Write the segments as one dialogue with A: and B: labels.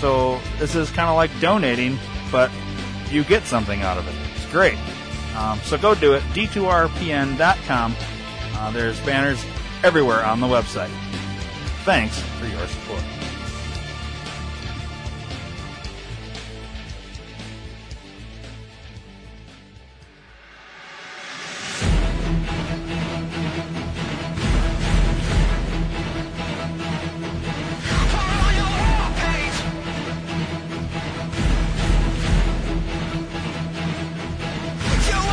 A: So this is kind of like donating, but you get something out of it. It's great. Um, so go do it. D2RPN.com. Uh, there's banners everywhere on the website. Thanks for your support.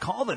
A: Call the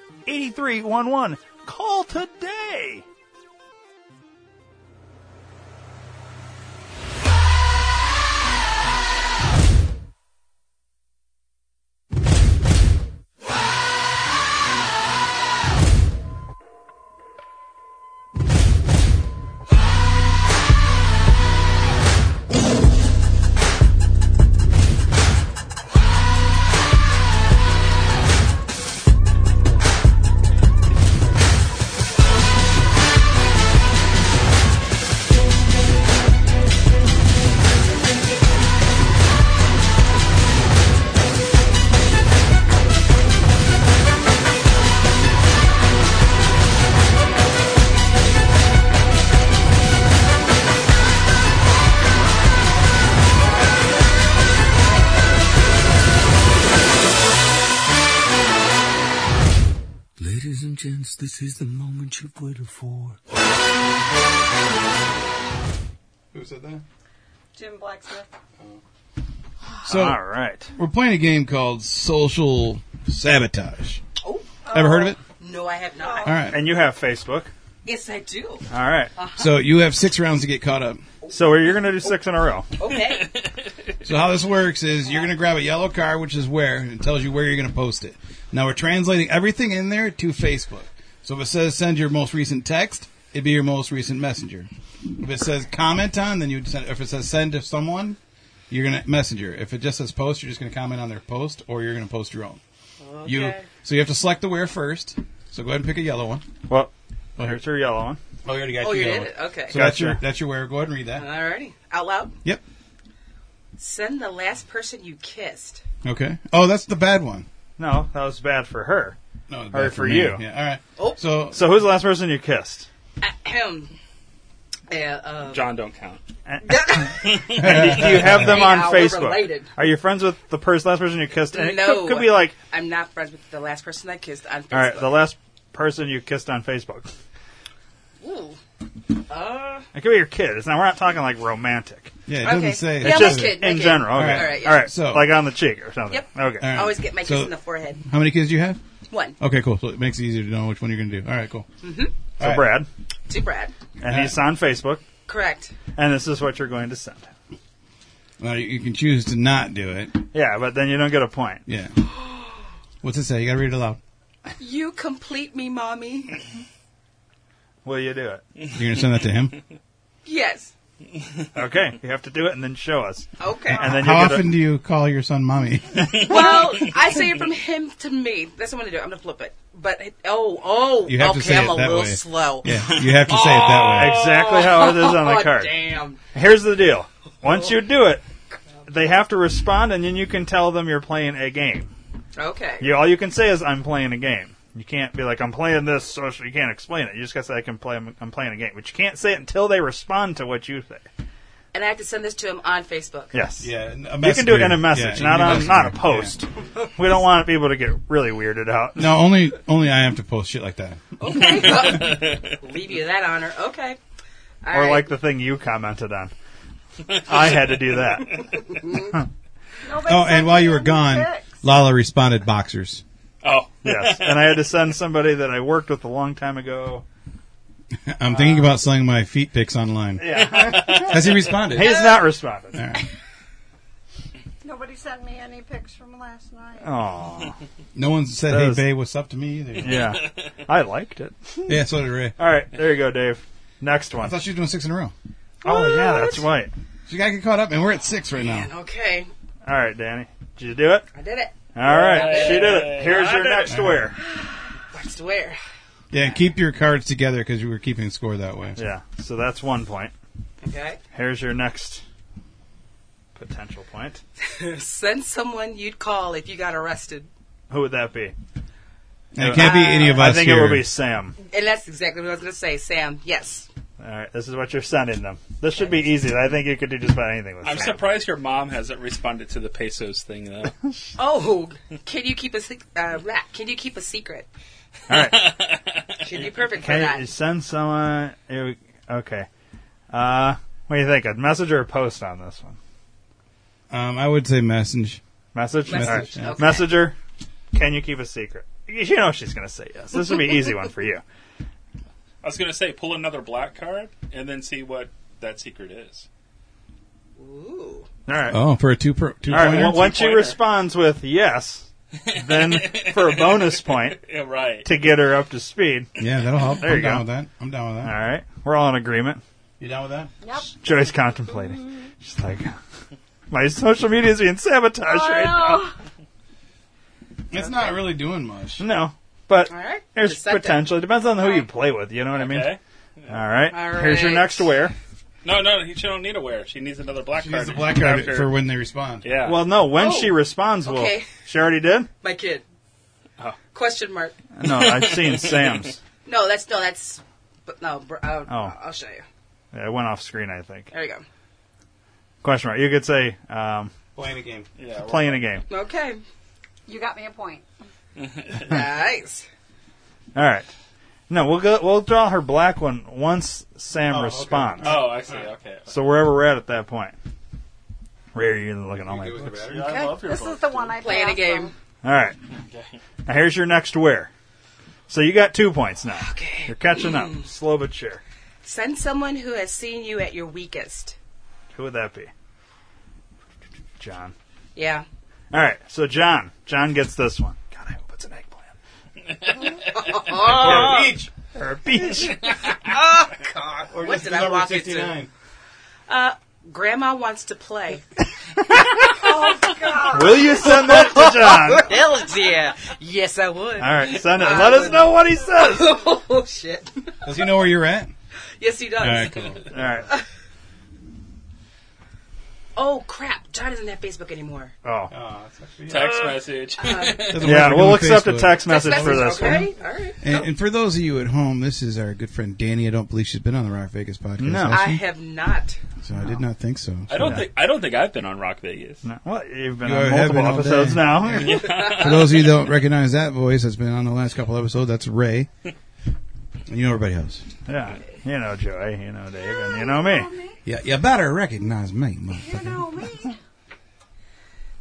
A: 8311. Call today.
B: Ladies and gents, this is the moment you've waited for.
C: Who said that?
D: Jim Blacksmith.
E: So
A: All right.
E: we're playing a game called Social Sabotage.
F: Oh,
E: Ever heard of it?
F: no, I have not.
E: All right.
A: And you have Facebook.
F: Yes, I do.
A: All right.
F: Uh.
E: So you have six rounds to get caught up.
A: So you're going to do six in a row.
F: Okay.
E: So how this works is you're going to grab a yellow card, which is where, and it tells you where you're going to post it. Now we're translating everything in there to Facebook. So if it says send your most recent text, it'd be your most recent messenger. If it says comment on, then you'd send, if it says send to someone, you're going to messenger. If it just says post, you're just going to comment on their post or you're going to post your own. You,
F: Okay.
E: so you have to select the where first. So go ahead and pick a yellow one.
A: Well, here's your yellow one.
E: Oh, you already got
F: Oh,
E: your
F: you
E: yellow
F: did Uh-huh. it.
E: one.
F: Okay.
E: So that's
A: Gotcha.
E: your, that's your where. Go ahead and read that.
F: Alrighty. Out loud.
E: Yep.
F: Send the last person you kissed.
E: Okay. Oh, that's the bad one.
A: No, that was bad for her.
E: No,
A: Or
E: bad
A: for
E: me.
A: you.
E: Yeah. All right.
F: Oh.
E: So
A: So who's the last person you kissed?
F: Ahem. Uh, uh,
C: John don't count.
A: Do you have them
F: Hey,
A: on
F: Al, we're
A: Facebook?
F: related.
A: Are you friends with the person, last person you kissed? And it
F: No.
A: could, could be like,
F: I'm not friends with the last person I kissed on Facebook.
A: all right, the last person you kissed on Facebook.
F: Ooh. Uh,
A: It could be your kid. Now we're not talking like romantic.
E: Yeah, it
F: Okay.
E: doesn't say.
F: Yeah,
E: It's
F: my
A: Just
E: just-
F: kid, my
A: in
F: kid.
A: general. Okay.
E: All
F: right, yeah.
A: All right.
E: So-
A: like on the cheek or something.
F: Yep.
A: Okay.
E: All right.
F: always get my kiss
E: So-
F: in the forehead.
E: How many kids do you have?
F: One
E: Okay, cool. So it makes it easier to know which one you're going to do. All right, cool.
A: So Brad,
F: to Brad.
A: and he's on Facebook,
F: Correct.
A: and this is what you're going to send.
E: Well, you, you can choose to not do it.
A: Yeah, but then you don't get a point.
E: Yeah. What's it say? You got to read it aloud.
F: You complete me, mommy.
A: Will you do it?
E: You're going to send that to him.
F: Yes.
A: Okay, you have to do it and then show us.
F: Okay.
A: And then
E: How
A: you'll get
E: often do you call your son mommy?
F: well, I say it from him to me. That's what I'm gonna do. I'm gonna flip it. But oh, oh,
E: You have
F: okay.
E: to say
F: I'm
E: it that
F: a little
E: way.
F: slow.
E: yeah, you have to say it that way.
A: a, exactly how it is on the
F: Oh,
A: card.
F: damn.
A: Here's the deal. Once you do it, they have to respond, and then you can tell them you're playing a game.
F: Okay.
A: You, all you can say is, "I'm playing a game." You can't be like, "I'm playing this," so you can't explain it. You just gotta say, "I can play. I'm, I'm playing a game," but you can't say it until they respond to what you say.
F: And I have to send this to him on Facebook.
A: Yes.
E: Yeah, a
A: You can do it in a
E: Yeah, you
A: message,
E: can
A: not
E: do
A: on
E: message.
A: not a
E: Yeah.
A: post. We don't want people to get really weirded out.
E: No, only only I have to post shit like that.
F: Leave you that honor. Okay. All
A: Or
F: right.
A: like the thing you commented on. I had to do that.
E: Oh, and while you were gone, Lala responded boxers.
D: Oh,
A: Yes. And I had to send somebody that I worked with a long time ago.
E: I'm thinking
A: Uh.
E: about selling my feet pics online.
A: Yeah.
E: Has he responded?
A: He's not responding.
E: All right.
G: Nobody sent me any pics from last night.
A: Oh.
E: No one said,
A: That
E: "Hey,
A: was-
E: babe, what's up to me?" Either.
A: Yeah. I liked it.
E: yeah, so did Ray.
A: All right. There you go, Dave. Next
E: I
A: one.
E: thought she was doing six in a row.
A: Oh, yeah, that's right.
E: She got to get caught up, and we're at six right now.
F: Okay.
A: All right, Danny. Did you do it?
F: I did it.
A: All right. She did it. Here's your next wear.
F: Next to where?
E: Yeah, and keep your cards together because we were keeping score that way.
A: Yeah. So that's one point.
F: Okay.
A: Here's your next potential point.
F: Send someone you'd call if you got arrested.
A: Who would that be?
E: And it can't be any of us
A: Uh, I think
E: here.
A: it will be Sam.
F: And that's exactly what I was going to say, Sam. Yes.
A: All right, this is what you're sending them. This should be easy. I think you could do just about anything with
D: I'm
A: Sam.
D: surprised your mom hasn't responded to the pesos thing though.
F: Oh, can you keep a sec- uh, rat? Can you keep a secret?
A: All right,
F: Should be perfect for
A: can you
F: that.
A: send someone? you- Okay, uh, what do you think? A message or a post on this one?
E: Um, I would say message.
A: Message.
F: Message,
A: All right.
F: yeah. okay.
A: Messenger. Can you keep a secret? You know she's going to say yes. This would be an easy one for you.
D: I was gonna say pull another black card and then see what that secret is.
F: Ooh.
A: All right.
E: Oh, for a two per two
A: All right.
E: pointer?
A: Well, once she
D: Two-pointer.
A: responds with yes, then for a bonus point
D: Yeah, right.
A: to get her up to speed.
E: yeah, that'll help.
A: There
E: I'm
A: you
E: down
A: go.
E: with that. I'm down with that.
A: All right. We're all in agreement.
E: You down with that?
A: Joy's contemplating. She's like, my social media is being sabotaged
F: Oh,
A: right
E: It's not really doing much.
A: now. No, but
F: All right.
A: there's
F: Just sent it.
A: potential. It depends on who you play with. You know what I mean?
D: Okay.
A: All right.
F: All
A: Here's your
F: right.
A: next wear.
D: No, no, he- she don't need a wear. She needs another black
E: She
D: card.
E: needs a black card
D: after-
E: for when they respond.
D: yeah.
A: Well, no. When
F: Oh,
A: she responds, will
F: okay.
A: she already did?
F: My kid.
D: Oh.
F: Question mark.
A: No, I've seen Sam's.
F: No, that's no, that's. But no, br- I'll,
A: Oh.
F: I'll show you.
A: Yeah, It went off screen, I think.
F: There you go.
A: Question mark. You could say um,
E: Playing a game.
D: yeah, right.
A: playing a game.
F: Okay.
G: You got me a point.
A: Hmm.
F: nice.
A: All right. No, we'll go. We'll draw her black one once Sam
E: okay.
A: responds.
D: Oh, I see. Okay.
A: So wherever we're at at that point. Rare, you're looking at all my books.
D: Yeah, I love your
G: This
D: book.
G: is the one I
F: Playing a
G: passed
F: game.
A: All right. Now here's your next wear. So you got two points now.
F: Okay.
A: You're catching up, slow but sure.
F: Send someone who has seen you at your weakest.
A: Who would that be? John.
F: Yeah.
A: All right. So John. John gets this one. God, I hope it's an eggplant. Or a peach. Or a peach.
E: Or
F: What did I walk into? Grandma wants to play.
A: Will you send that to John?
F: Hell yeah. Yes, I would.
A: All right. Send it. Let us know what he says. All
F: oh shit.
E: Does he know where you're at?
F: Yes, he does.
E: All right, cool.
A: right.
F: Oh crap! John doesn't have Facebook anymore.
A: Oh.
D: Text message.
E: Doesn't
A: Yeah,
E: work
A: we'll
E: on
A: accept a
E: Facebook.
A: text message for this one.
F: okay. All right.
E: And, and for those of you at home, this is our good friend Danny. I don't believe she's been on the Rock Vegas podcast.
A: No.
E: has
F: I
E: she?
F: have not.
E: so I did not think so.
D: I don't think I don't think I've been on Rock Vegas.
A: No, Well, you've been
E: You
A: on
E: have been
A: multiple
E: all
A: episodes
E: day.
A: now.
E: For those of you who don't recognize that voice that's been on the last couple episodes, that's Ray. And you know everybody else.
A: Yeah. You know Joy, you know Dave, and you know me.
E: Yeah, you better recognize me, motherfucker.
G: No, me.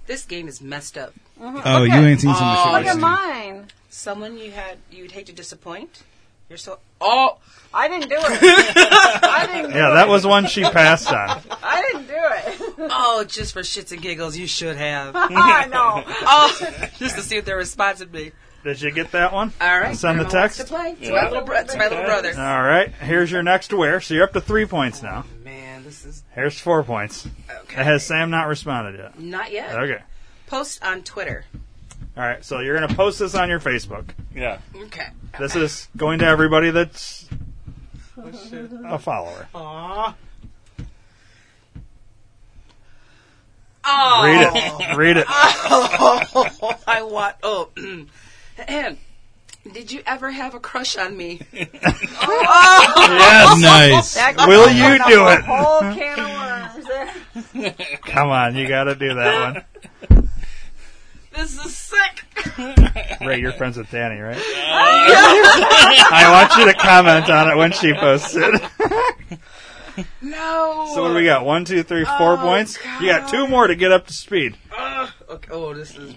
F: This game is messed up.
E: Oh, you ain't seen some of the
G: Look
E: shit.
G: at
E: I've seen.
G: mine.
F: Someone you had you'd hate to disappoint. You're so oh
G: I didn't do it. I didn't.
A: Yeah, that was one she passed on.
G: I didn't do it.
F: oh just for shits and giggles you should have.
G: I know.
F: oh, just to see what their response would be.
A: Did you get that one?
F: All right,
A: Send the
F: Colonel wants
A: text?
F: to play. It's
D: Yeah.
F: my little bro- it's my little brother.
A: All right, here's your next wear. So you're up to three points now.
F: Man, this is
A: Here's four points.
F: okay.
A: Has Sam not responded yet?
F: Not yet.
A: Okay.
F: Post on Twitter.
A: All right, so you're going to post this on your Facebook.
E: Mm-hmm.
D: Yeah.
F: Okay.
A: This is going to everybody that's
C: shit.
A: a follower.
F: Aww.
A: Read it. Read it.
F: Oh, I want. Oh, and did you ever have a crush on me? Oh,
A: Yes.
E: Nice.
G: That
A: Will you
G: opened up
A: do
G: a
A: it?
G: Whole can of worms there.
A: Come on, you got to do that one.
F: This is sick.
A: Ray, you're friends with Danny, right? I want you to comment on it when she posts it.
F: No.
A: so what do we got? One, two, three, four
F: Oh,
A: points. You got two more to get up to speed.
F: Ugh. okay, oh, this is.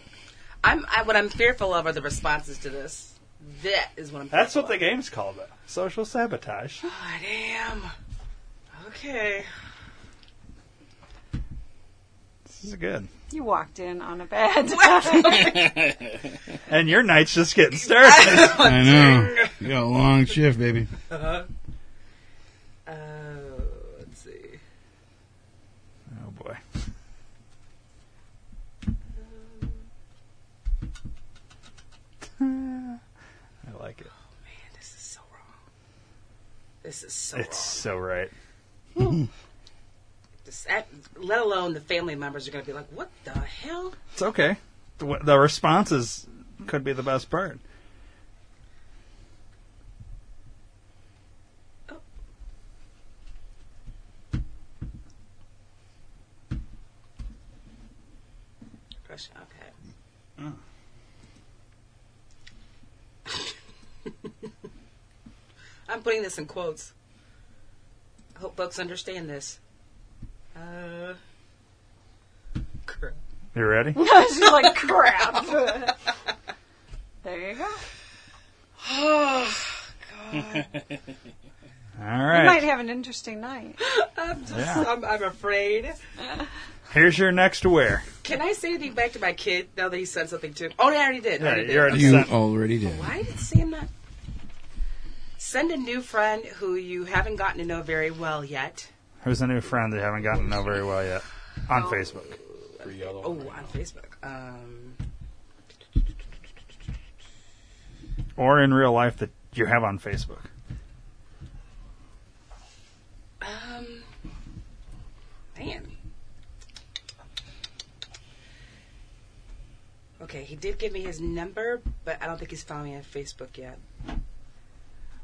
F: I'm. I, what I'm fearful of are the responses to this. That is what I'm.
A: That's
F: fearful
A: what the game's called it. Social sabotage.
F: of. God damn. Okay.
A: This is good.
G: You walked in on a bad.
A: And your night's just getting started.
E: I know. You got a long shift, baby.
F: Uh, let's see.
A: oh boy. I like it.
F: Man, this is so wrong. This is so
A: It's
F: wrong.
A: so right.
F: This, that, let alone the family members are going to be like, "What the hell?"
A: It's okay. The, w- the responses could be the best part.
F: Crush. Okay. I'm putting this in quotes. I hope folks understand this. Uh, crap.
A: You ready?
G: She's like, crap. there you go.
F: Oh,
A: All
G: You might
A: right.
G: have an interesting night.
F: I'm just,
A: Yeah.
F: I'm, I'm afraid.
A: Here's your next wear.
F: Can I say anything back to my kid now that he said something to him? Oh, I already did.
A: Yeah,
F: I already did.
A: you already
E: You
A: sent.
E: already did.
F: Why did Sam not? Send a new friend who you haven't gotten to know very well yet.
A: Who's a new friend that you haven't gotten to know very well yet on Facebook?
C: For yellow.
F: Oh, on Facebook. Um,
A: or in real life that you have on Facebook.
F: um, man. Okay, he did give me his number, but I don't think he's following me on Facebook yet. I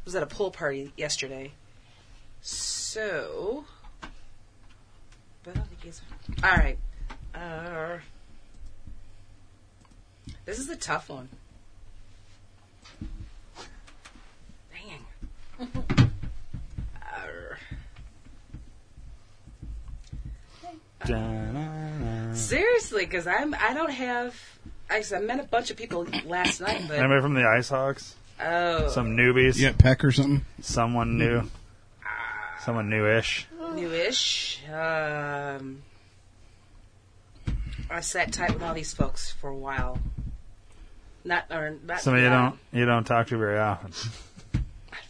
F: was at a pool party yesterday, so. But I don't think he's. All right. Uh, this is a tough one. Dang. Arr. Seriously, because I'm I don't have. I, I met a bunch of people last night, but
A: Anybody from the Ice Hawks?
F: oh,
A: Some newbies?
E: You got Peck or something?
A: Someone new? Someone newish?
F: newish. Um, I sat tight with all these folks for a while. Not or not.
A: Somebody you
F: yeah,
A: don't you don't talk to very often
F: not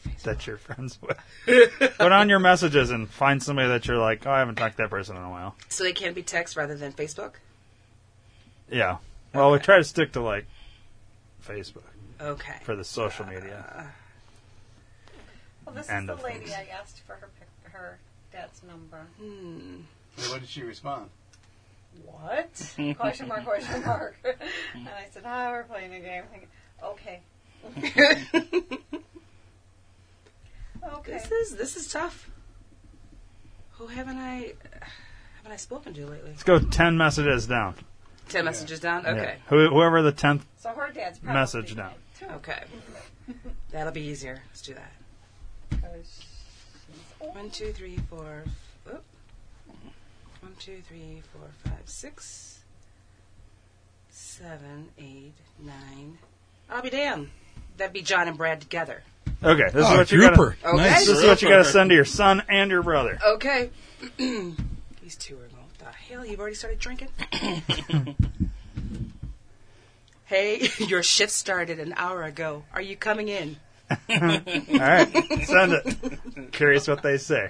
F: Facebook.
A: that you're friends with. Put on your messages and find somebody that you're like, oh, I haven't talked to that person in a while.
F: So they can be text rather than Facebook.
A: Yeah. Well, we try to stick to like Facebook
F: Okay.
A: for the social media.
G: Well, this
A: End
G: is
A: of
G: the lady
A: things.
G: I asked for her pic- her dad's number.
F: Hmm.
C: Wait, what did she respond?
G: What? question mark? Question mark? and I said, "Ah, we're playing a game." Thinking, okay. Okay.
F: This is this is tough. Who haven't I haven't I spoken to lately?
A: Let's go ten messages down.
F: Ten messages down.
A: Yeah.
F: Okay. Oh,
A: Who, whoever the tenth.
G: So her dad's probably
A: Message now.
G: dead, too,
F: Okay. That'll be easier. Let's do that.
G: 'cause she's old.
F: One, two, three, four. Oop. One, two, three, four, five, six, seven, eight, nine, I'll be damned. That'd be John and Brad together.
A: Okay, this
E: Oh,
A: is what you
E: trooper.
A: gotta,
F: Okay.
E: Nice.
A: This is what you gotta send to your son and your brother.
F: Okay. These two are going, what the hell? You've already started drinking? hey, your shift started an hour ago. Are you coming in?
A: All right, send it. Curious what they say.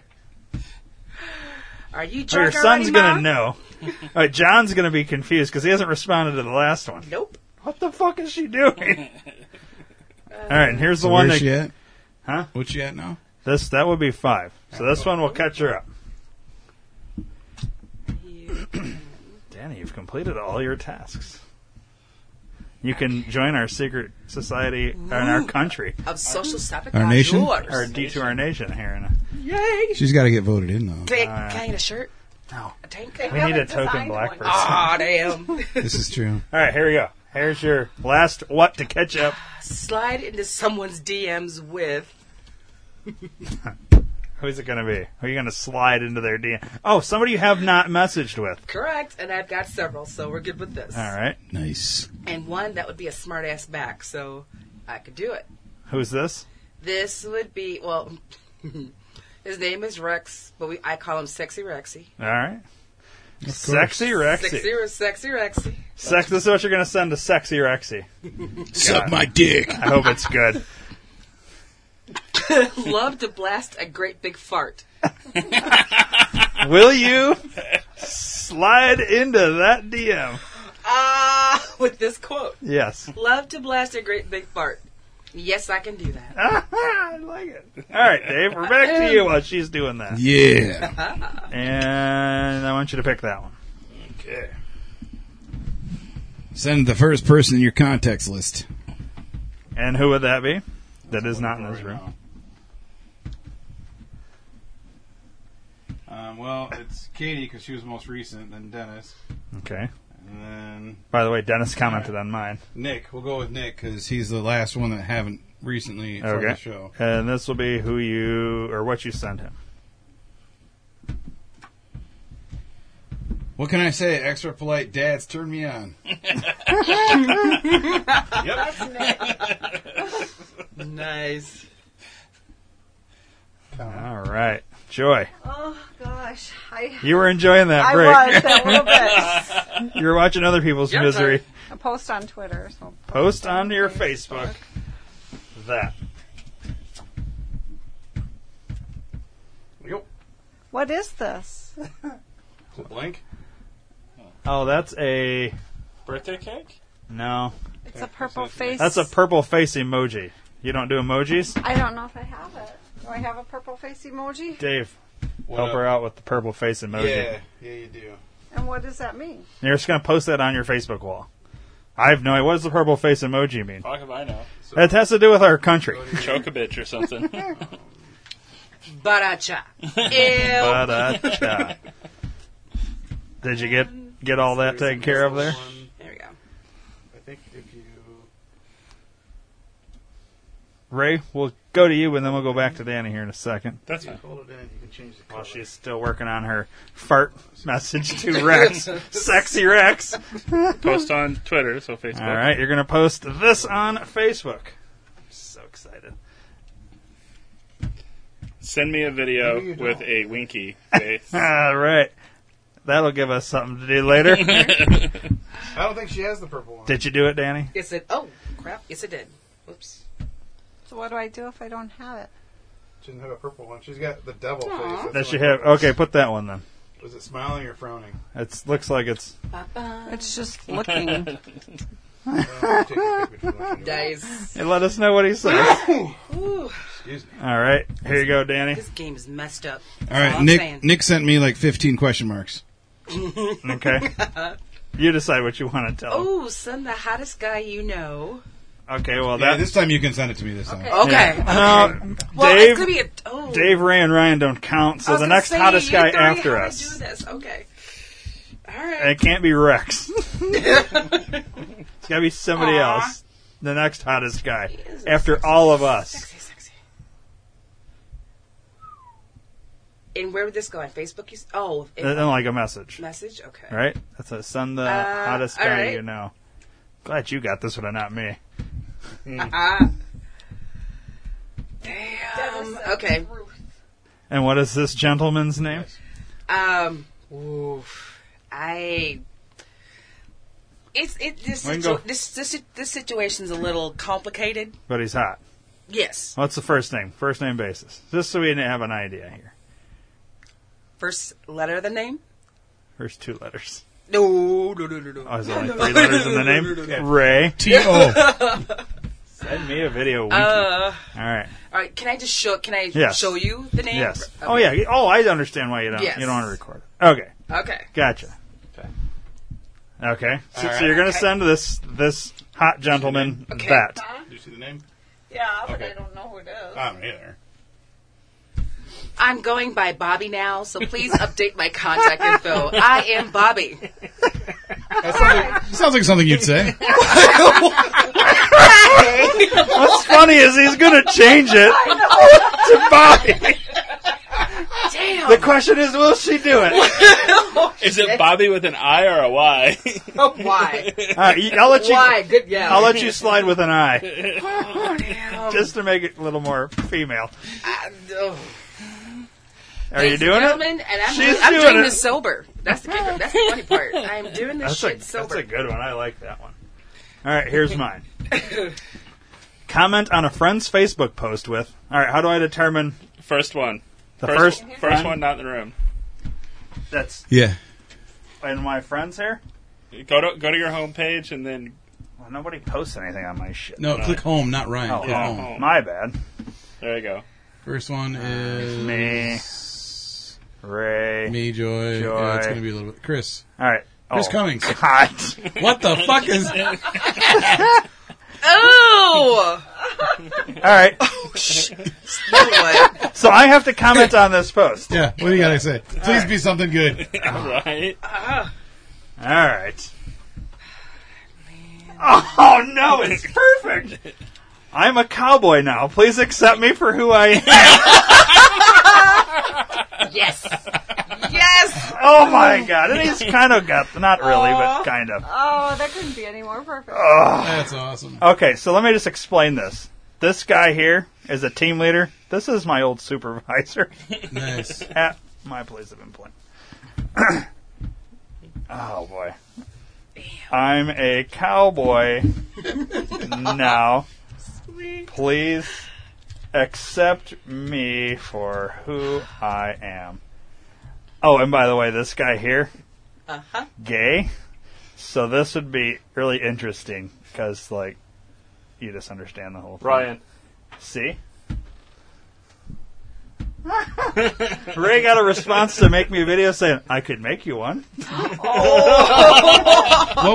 F: Are you
A: Well, your
F: drunk
A: son's
F: already,
A: gonna
F: Mom?
A: know. All right, John's gonna be confused because he hasn't responded to the last one.
F: Nope.
A: What the fuck is she doing? All right, and here's the one
E: Where's
A: that
E: she at?
A: Huh?
E: What's she at now?
A: this that would be five. So this one will catch her up.
F: You-
A: Danny, you've completed all your tasks. You can join our secret society in our country,
F: Of social topic
E: Our nation?
A: our D to our nation here in a.
F: Yay!
E: She's got to get voted in though.
F: Big kind of shirt.
A: No.
F: A tank.
G: They
A: We need a
G: haven't
A: token
G: designed
A: black
G: one.
A: person.
F: Aw, damn.
E: This is true.
A: All right, here we go. Here's your last what to catch up.
F: Slide into someone's DMs with.
A: Who's it going to be? Who are you going to slide into their DM? Oh, somebody you have not messaged with.
F: Correct, and I've got several, so we're good with this.
A: All right.
E: Nice.
F: And one that would be a smart ass back, so I could do it.
A: Who's this?
F: This would be well. his name is Rex, but we I call him Sexy Rexy.
A: All right. Sexy Rexy.
F: Sexy, sexy Rexy.
A: Sex, this is what you're going to send to Sexy Rexy.
E: Suck my dick.
A: I hope it's good.
F: Love to blast a great big fart.
A: Will you slide into that DM?
F: Ah, with this quote.
A: Yes.
F: Love to blast a great big fart. Yes, I can do that.
A: I like it. All right, Dave, we're back to you while she's doing that.
E: Yeah.
A: And I want you to pick that one.
D: Okay.
E: Send the first person in your contacts list.
A: And who would that be? That is not in this room.
E: Uh,
C: Um, well, it's Katie because she was most recent, then Dennis,
A: Okay.
C: and then
A: By the way, Dennis commented on mine.
C: Nick. We'll go with Nick because
E: Because he's the last one that haven't recently for
A: Okay.
E: the show.
A: And this will be who you or what you send him.
E: What can I say? Extra polite dads turn me on.
F: Nice.
A: All right. Joy,
G: Oh gosh, I
A: you were enjoying that
G: I
A: break.
G: was that little bit.
A: You were watching other people's
F: Your
A: misery.
G: A post on Twitter. So
A: Post onto your Facebook that.
G: what is this?
C: it's a blank.
A: Oh, that's a
D: Birthday cake?
A: no.
G: It's a purple face.
A: That's a purple face emoji. You don't do emojis,
G: I don't know if I have it. Do I have a purple face emoji?
A: Dave.
C: What
A: Help
C: up?
A: her out with the purple face emoji.
C: Yeah, yeah, you do.
G: And what does that mean?
A: You're just gonna post that on your Facebook wall. I have no idea. What does the purple face emoji mean?
D: Fuck if I know.
A: It has to do with our country.
D: Choke a bitch or something.
F: Baracha. Ew.
A: Ba-da-cha. Did you get get all that taken care of there?
C: One,
F: There we go.
C: I think if you
A: Ray, we'll go to you, and then we'll go back to Danny here in a second.
D: That's fine.
C: hold it in, you can change the color.
A: While she's still working on her fart message to Rex, sexy Rex.
D: Post on Twitter, so Facebook.
A: All right, you're gonna post this on Facebook. I'm so excited.
D: Send me a video with a winky face.
A: All right, that'll give us something to do later.
C: I don't think she has the purple one.
A: Did you do it, Danny?
F: Yes, it. Oh crap! Yes, it did. Whoops.
G: So what do I do if I don't have it?
C: She doesn't have a purple one. She's got the devil face. That's
A: That she
C: the one.
A: have. Okay, put that one then.
C: Was it smiling or frowning?
A: It looks like it's
G: It's just looking.
C: Well, take a pick between which one you want.
F: Nice.
A: Hey, let us know what he says.
F: Ooh,
C: Excuse me.
A: All right, here you go, Danny.
F: this game is messed up.
E: All
F: all
E: right,
F: I'm
E: Nick.
F: saying.
E: Nick sent me like 15 question marks.
A: Okay, you decide what you want to tell. him.
F: Oh, son, the hottest guy you know.
A: Okay, well
E: Yeah,
A: that.
E: this time you can send it to me. This time.
G: Okay.
F: Okay.
A: No,
F: Well,
A: Uh-huh. Dave,
F: it's gonna be a. Oh.
A: Dave, Ray, and Ryan don't count.
F: I
A: So
F: was
A: the
F: gonna
A: next
F: say,
A: hottest
F: you
A: guy
F: taught me
A: after
F: how to
A: us,
F: do this. Okay. All right.
A: and it can't be Rex. it's gotta be somebody
F: Aw.
A: else. The next hottest guy
F: is a
A: after all of us.
F: Sexy, sexy. And where would this go on Facebook? You s- oh, in
A: Then like a message,
F: message. Okay.
A: Uh, right? That's a send the
F: Uh,
A: hottest
F: all
A: guy
F: right.
A: you know. Glad you got this one and not me.
F: Ah.
G: Dennis
F: Damn.
G: said
F: Okay.
G: Ruth.
A: And what is this gentleman's name?
F: Um. Oof. I. It's it. This
A: We can
F: situ-
A: go-
F: this this this situation's a little complicated.
A: But he's hot.
F: Yes.
A: What's the first name? First name basis. Just so we didn't have an idea here.
F: First letter of the name.
A: First two letters.
F: No, no, no, no, no.
A: Oh, is there only three letters in the name? Ray.
E: T O.
A: Send me a video. Winky.
F: Uh,
A: All right.
F: all right. Can I just show? Can I
A: Yes.
F: show you the name?
A: Yes.
F: Okay.
A: Oh yeah. Oh, I understand why you don't.
F: Yes.
A: You don't want to record. it. Okay.
F: Okay.
A: Gotcha.
C: Okay.
A: Okay. So,
E: All
A: so
E: right.
A: you're gonna send this this hot gentleman
F: Okay.
A: that.
G: Huh?
E: Do you see the name?
G: Yeah, but
E: Okay.
G: I don't know who it is.
E: I don't either.
F: I'm going by Bobby now, so please update my contact info. I am Bobby.
E: Sounds like something you'd say.
A: What's funny is he's gonna change it to Bobby.
F: Damn.
A: The question is, will she do it?
D: Is it Bobby with an I or a Y?
F: Oh, why?
A: All right, you- I'll let you.
F: Why? Good. Yeah.
A: I'll let you slide with an eye,
F: Damn.
A: just to make it a little more female.
F: I- oh.
A: Are you
F: Ladies
A: doing
F: and
A: it?
F: gentlemen, And I'm,
A: She's
F: I'm
A: doing
F: doing,
A: it.
F: this sober. That's the kicker. That's the funny part. I'm doing this
A: That's a,
F: shit
A: that's
F: sober.
A: a good one. I like that one. All right, here's mine. Comment on a friend's Facebook post with. All right, how do I determine
D: First one.
A: the first
D: first,
A: friend?
D: one not in the room.
A: That's
E: Yeah.
A: in my friends here.
D: Go to go to your homepage and then
A: Well, nobody posts anything on my shit.
E: No, click home, not Ryan.
A: Oh,
E: click
A: yeah.
E: home.
A: my bad.
D: there you go.
E: First one is
A: Me, Ray.
E: Me, Joy.
A: Joy.
E: Yeah, it's gonna be a little bit. Chris.
A: All right,
E: Chris
A: oh,
E: Cummings.
A: God.
E: What the fuck is?
F: oh!
A: All right,
E: Oh,
F: What?
A: so I have to comment on this post.
E: Yeah. What do you gotta say? Please be something good.
D: right?
A: All right. Oh no, it's perfect. I'm a cowboy now. Please accept me for who I am.
F: Yes. Yes.
A: Oh my god, and he's kind of got not really, but
G: Aw.
A: kind of.
G: Oh, that couldn't be any more perfect.
A: Oh,
E: That's awesome.
A: Okay, so let me just explain this. This guy here is a team leader. This is my old supervisor
E: Nice.
A: at my place of employment. oh boy, I'm a cowboy now. Please accept me for who I am. Oh, and by the way, this guy here,
F: Uh huh.
A: gay. So this would be really interesting because, like, you just understand the whole thing.
D: Ryan.
A: See? Ray got a response to make me a video saying, I could make you one.
E: What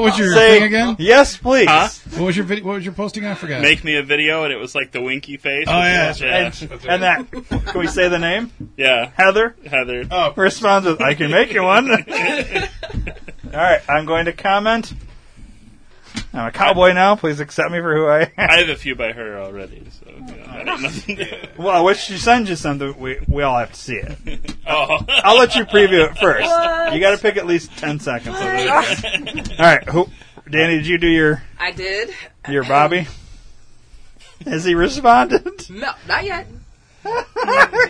E: was your
A: Say,
E: thing again?
A: Yes, please.
D: Huh?
E: What was your video? What was your posting? I forgot.
D: Make me a video and it was like the winky face.
E: Oh, yeah.
D: yeah.
A: And, and that, can we say the name?
D: Yeah.
A: Heather
D: Heather.
E: oh,
A: responds with, I can make you one. All right, I'm going to comment. I'm a cowboy now. Please accept me for who I am.
D: I have a few by her already, so yeah, I don't know.
A: Well, I wish she sends you something. We, we all have to see it.
D: oh.
A: I'll let you preview it first. You got to pick at least ten seconds. Of it. All right, who, Danny, did you do your
F: I did.
A: your Bobby? Has he responded?
F: No, not yet.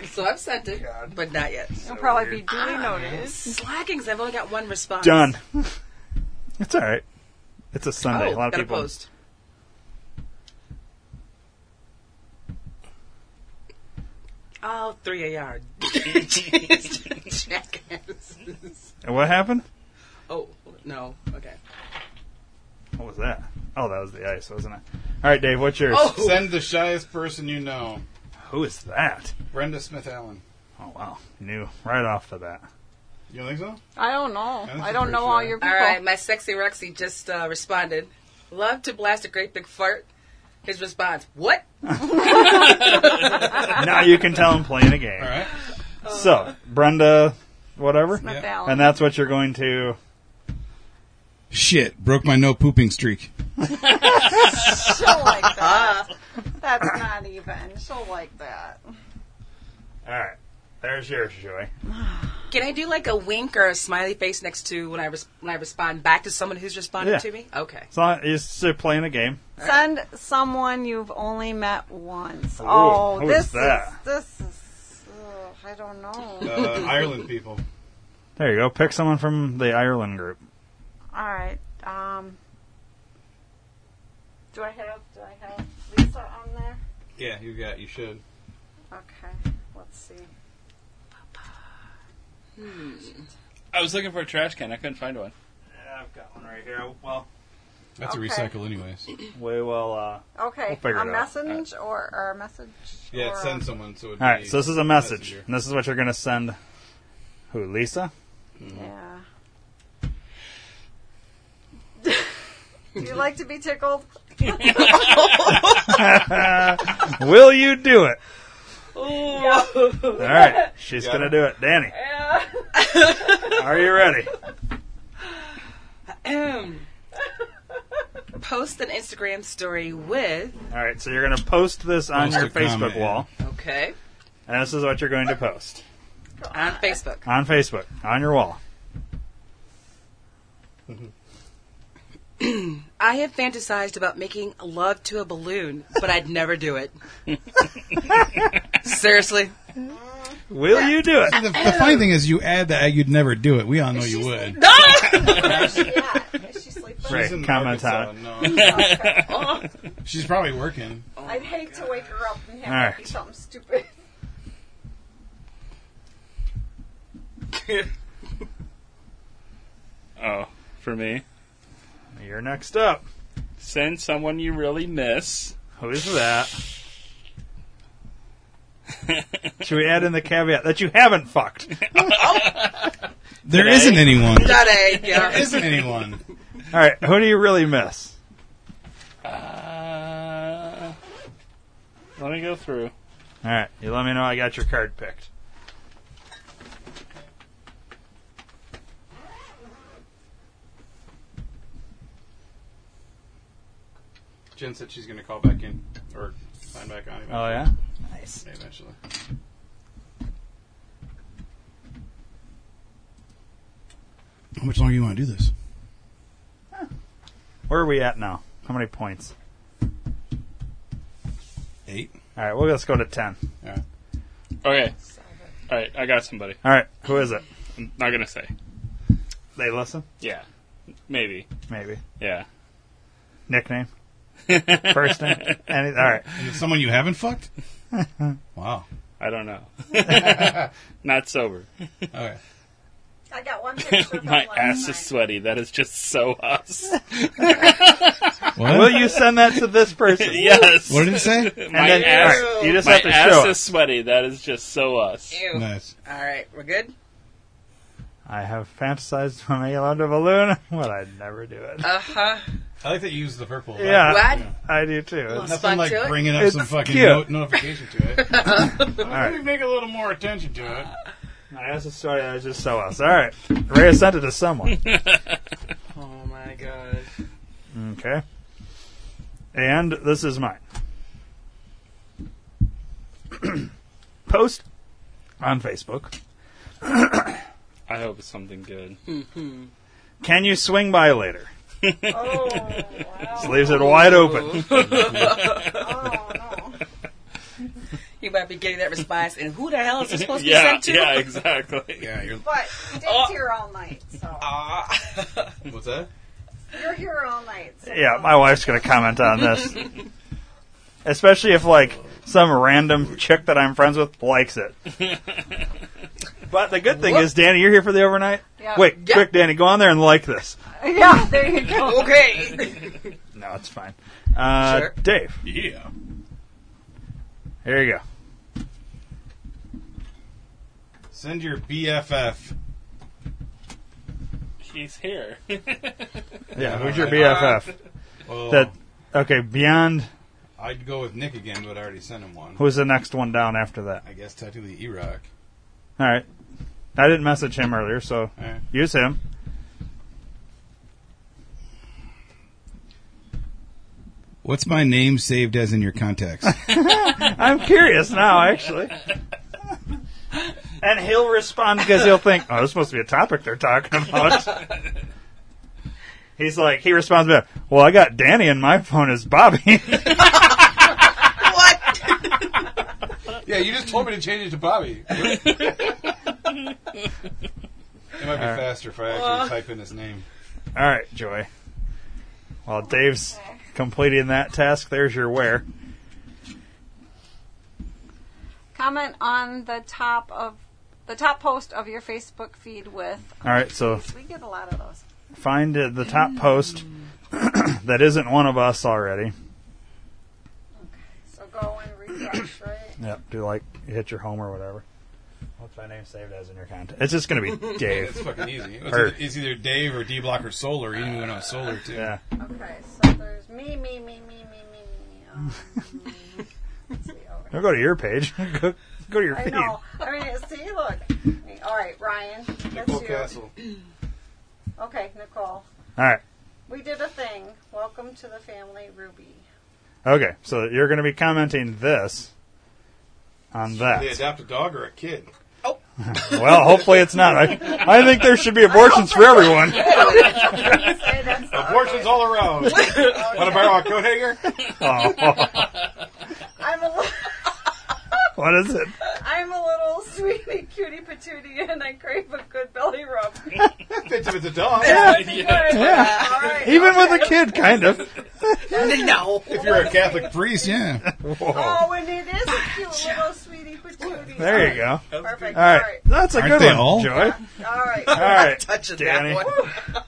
F: so I've sent it, but not yet.
G: It'll probably be duly noticed.
F: Slackings. I've only got one response.
A: Done. It's all right. It's a
F: Oh,
A: Sunday. a lot
F: gotta
A: of people.
F: post. All three of y'all. Jackasses.
A: What happened?
F: Oh no. Okay.
A: What was that? Oh, that was the ice, wasn't it? All right, Dave. What's yours?
F: Oh.
E: send the shyest person you know,
A: Who is that?
E: Brenda Smith Allen.
A: Oh wow, knew right off the bat.
E: You don't think so?
G: I don't know.
E: That's
G: I don't know
E: pretty
G: all
E: fair.
G: your people.
F: All right, my sexy Rexy just uh, responded. Love to blast a great big fart. His response: What?
A: now you can tell him playing a game.
E: All right.
A: So Brenda, whatever,
G: Smith
E: Yeah.
G: Allen.
A: and that's what you're going to.
E: Shit, broke my no pooping streak.
G: She'll like that. That's not even. She'll like that.
A: All right, there's yours, Joy.
F: Can I do like a wink or a smiley face next to when I res- when I respond back to someone who's responded
A: Yeah.
F: to me? Okay.
A: It's not, it's uh, playing a game.
G: Send someone you've only met once.
A: Ooh,
G: oh,
A: who
G: this
A: is that?
G: this is. ugh, I don't know.
E: Uh, Ireland people.
A: There you go. Pick someone from the Ireland group.
G: All right. Um. Do I have Do I have Lisa on there?
E: Yeah, you got. You should.
G: Okay. Let's see.
D: I was looking for a trash can. I couldn't find one.
A: Yeah, I've got one right here. Well,
E: That's
G: Okay.
E: a recycle, anyways.
A: we will. Uh...
G: Okay.
A: figure
G: a
A: it out.
G: message or, or a message.
E: Yeah,
G: or,
E: send someone. So it'd
A: All right.
E: be
A: So this is a message,
E: messenger.
A: and this is what you're going to send. Who? Lisa?
G: um, Yeah. Do you like to be tickled?
A: will you do it?
F: Ooh.
A: All right. She's
E: Got
A: going to
E: it.
A: do it. Danny,
G: Yeah.
A: are you ready?
F: Ahem. Post an Instagram story with.
A: All right. So you're going to post this on
E: Post
A: your
E: a
A: Facebook wall,
E: comment.
F: Okay.
A: and this is what you're going to post
F: On Facebook.
A: on Facebook on your wall.
F: I have fantasized about making love to a balloon, but I'd never do it. Seriously.
A: Will you do it?
E: The, the funny thing is, you add that you'd never do it. We all know you would.
F: No!
G: yeah. Is she sleeping?
A: Right.
E: in
A: comment
E: Arkansas, No. She's probably working.
G: I'd hate to wake her up and have
A: All
G: her do
A: right.
G: something stupid.
D: Oh, for me.
A: You're next up.
D: Send someone you really miss.
A: Who is that? Should we add in the caveat that you haven't fucked?
E: There isn't anyone. There
F: Not a, yeah.
E: isn't anyone.
A: All right, who do you really miss?
D: Uh, let me go through.
A: All right, you let me know I got your card picked.
E: Jen said she's going to call back in or sign back on.
A: Oh yeah,
E: Eventually. Eventually. How much longer do you want to do this?
A: where are we at now? How many points?
E: Eight.
A: All right, well let's go to ten.
E: All right.
D: Okay. All right, I got somebody.
A: All right, who is it?
D: I'm not gonna say.
A: They listen,
D: Yeah, maybe.
A: maybe
D: Yeah.
A: nickname, first name. Any, all right,
E: Is it someone you haven't fucked? wow.
D: I don't know. Not sober.
E: Okay.
G: I got one picture. From
D: My
G: last
D: ass
G: night.
D: is sweaty. That is just so us.
A: will
E: What?
A: you send that to this person?
D: yes.
E: what did it say?
D: My
A: then-
D: ass.
A: all right, you just
D: My
A: have to
D: ass
A: show.
D: is
A: it.
D: sweaty. That is just so us.
F: Ew.
E: Nice.
F: All right, we're good?
A: I have fantasized when I loved a balloon, but I'd never do it.
F: Uh huh.
E: I like that you use the purple.
A: yeah,
F: What?
A: I do too. It's-
E: Nothing like
F: Sponsor?
E: bringing up
A: It's
E: some fucking
A: cute.
E: no- notification to it. Ah, I
A: right.
E: think we make a little more attention to it.
A: I asked a story that was just so us. All right. Ray sent it to someone.
F: Oh my god.
A: okay. And this is mine. Post on Facebook.
D: I hope it's something good.
A: Can you swing by later?
G: Oh,
A: Just
G: wow.
A: leaves it wide open.
G: Oh, no.
F: You might be getting that response, and who the hell is this supposed to be
D: yeah.
F: sent to?
D: Yeah. Exactly.
E: Yeah, you're.
G: But you did
F: Oh.
G: here all night, so.
F: Ah,
E: What's that?
G: You're here all night. So
A: Yeah, my wife's gonna comment on this. Especially if like some random chick that I'm friends with likes it. But the good thing is, Danny, you're here for the overnight?
G: Yeah.
A: Wait,
F: Uh, Yeah.
A: quick, Danny, go on there and like this.
G: Yeah, there you go.
F: Okay.
A: No, it's fine. Uh,
F: Sure.
A: Dave,
E: Yeah.
A: here you go.
E: Send your BFF.
D: He's here.
A: Yeah,
E: Yeah,
A: who's your
E: I-
A: BFF?
E: Well,
A: That okay? Beyond
E: I'd go with Nick again, but I already sent him one.
A: who's the next one down after that?
E: I guess technically E Rock.
A: All right, I didn't message him earlier, so
E: All right.
A: use him.
E: What's my name saved as in your contacts?
A: I'm curious now, actually. and he'll respond because he'll think, "Oh, this must be a topic they're talking about." He's like, he responds back, "Well, I got Danny, and my phone is Bobby."
F: What?
C: Yeah, you just told me to change it to Bobby. it might be faster if I actually type in his name.
A: All right, Joy. While Dave's completing that task, there's your where.
G: Comment on the top of the top post of your Facebook feed with.
A: All right, so
G: We get a lot of those.
A: find uh, the top post that isn't one of us already.
G: So go and refresh, right?
A: Yep. Do like hit your home or whatever. What's my name saved as in your content? It's just gonna be
C: It's
A: Dave.
C: fucking easy. It's,
A: Her.
C: either, it's either Dave or D Block or Solar. You even went on Solar too.
A: Yeah.
G: Okay, so there's me, me, me, me, me, me, me. Um, let's see, over
A: Now go to your page. go, go to your
G: I
A: feed.
G: know. I mean, see, look. All right, Ryan. That's
C: Nicole
G: you.
C: Castle.
G: Okay, Nicole.
A: All right.
G: We did a thing. Welcome to the family, Ruby.
A: Okay. So you're gonna be commenting this on
C: They
A: that.
C: adopt a dog or a kid.
A: Well, hopefully it's not. I, I think there should be abortions for everyone.
G: Say that's the
C: Abortions all around. Want to borrow a coat hanger?
A: Oh,
G: I'm a little,
A: what is it?
G: I'm a little sweetie cutie patootie, and I crave a good belly rub.
C: Bitch, if it's a dog.
A: Yeah.
G: All right.
A: Even with a kid, kind of.
F: No.
C: If you're a Catholic priest, yeah.
G: Oh, and it is a cute little sweetie patootie.
A: There you go.
D: That was
G: Perfect.
A: All right. That's a
E: Aren't
A: good
E: they
A: one,
E: all?
A: Joy.
G: All right.
A: All right.
F: Touching
A: Danny.
F: that one.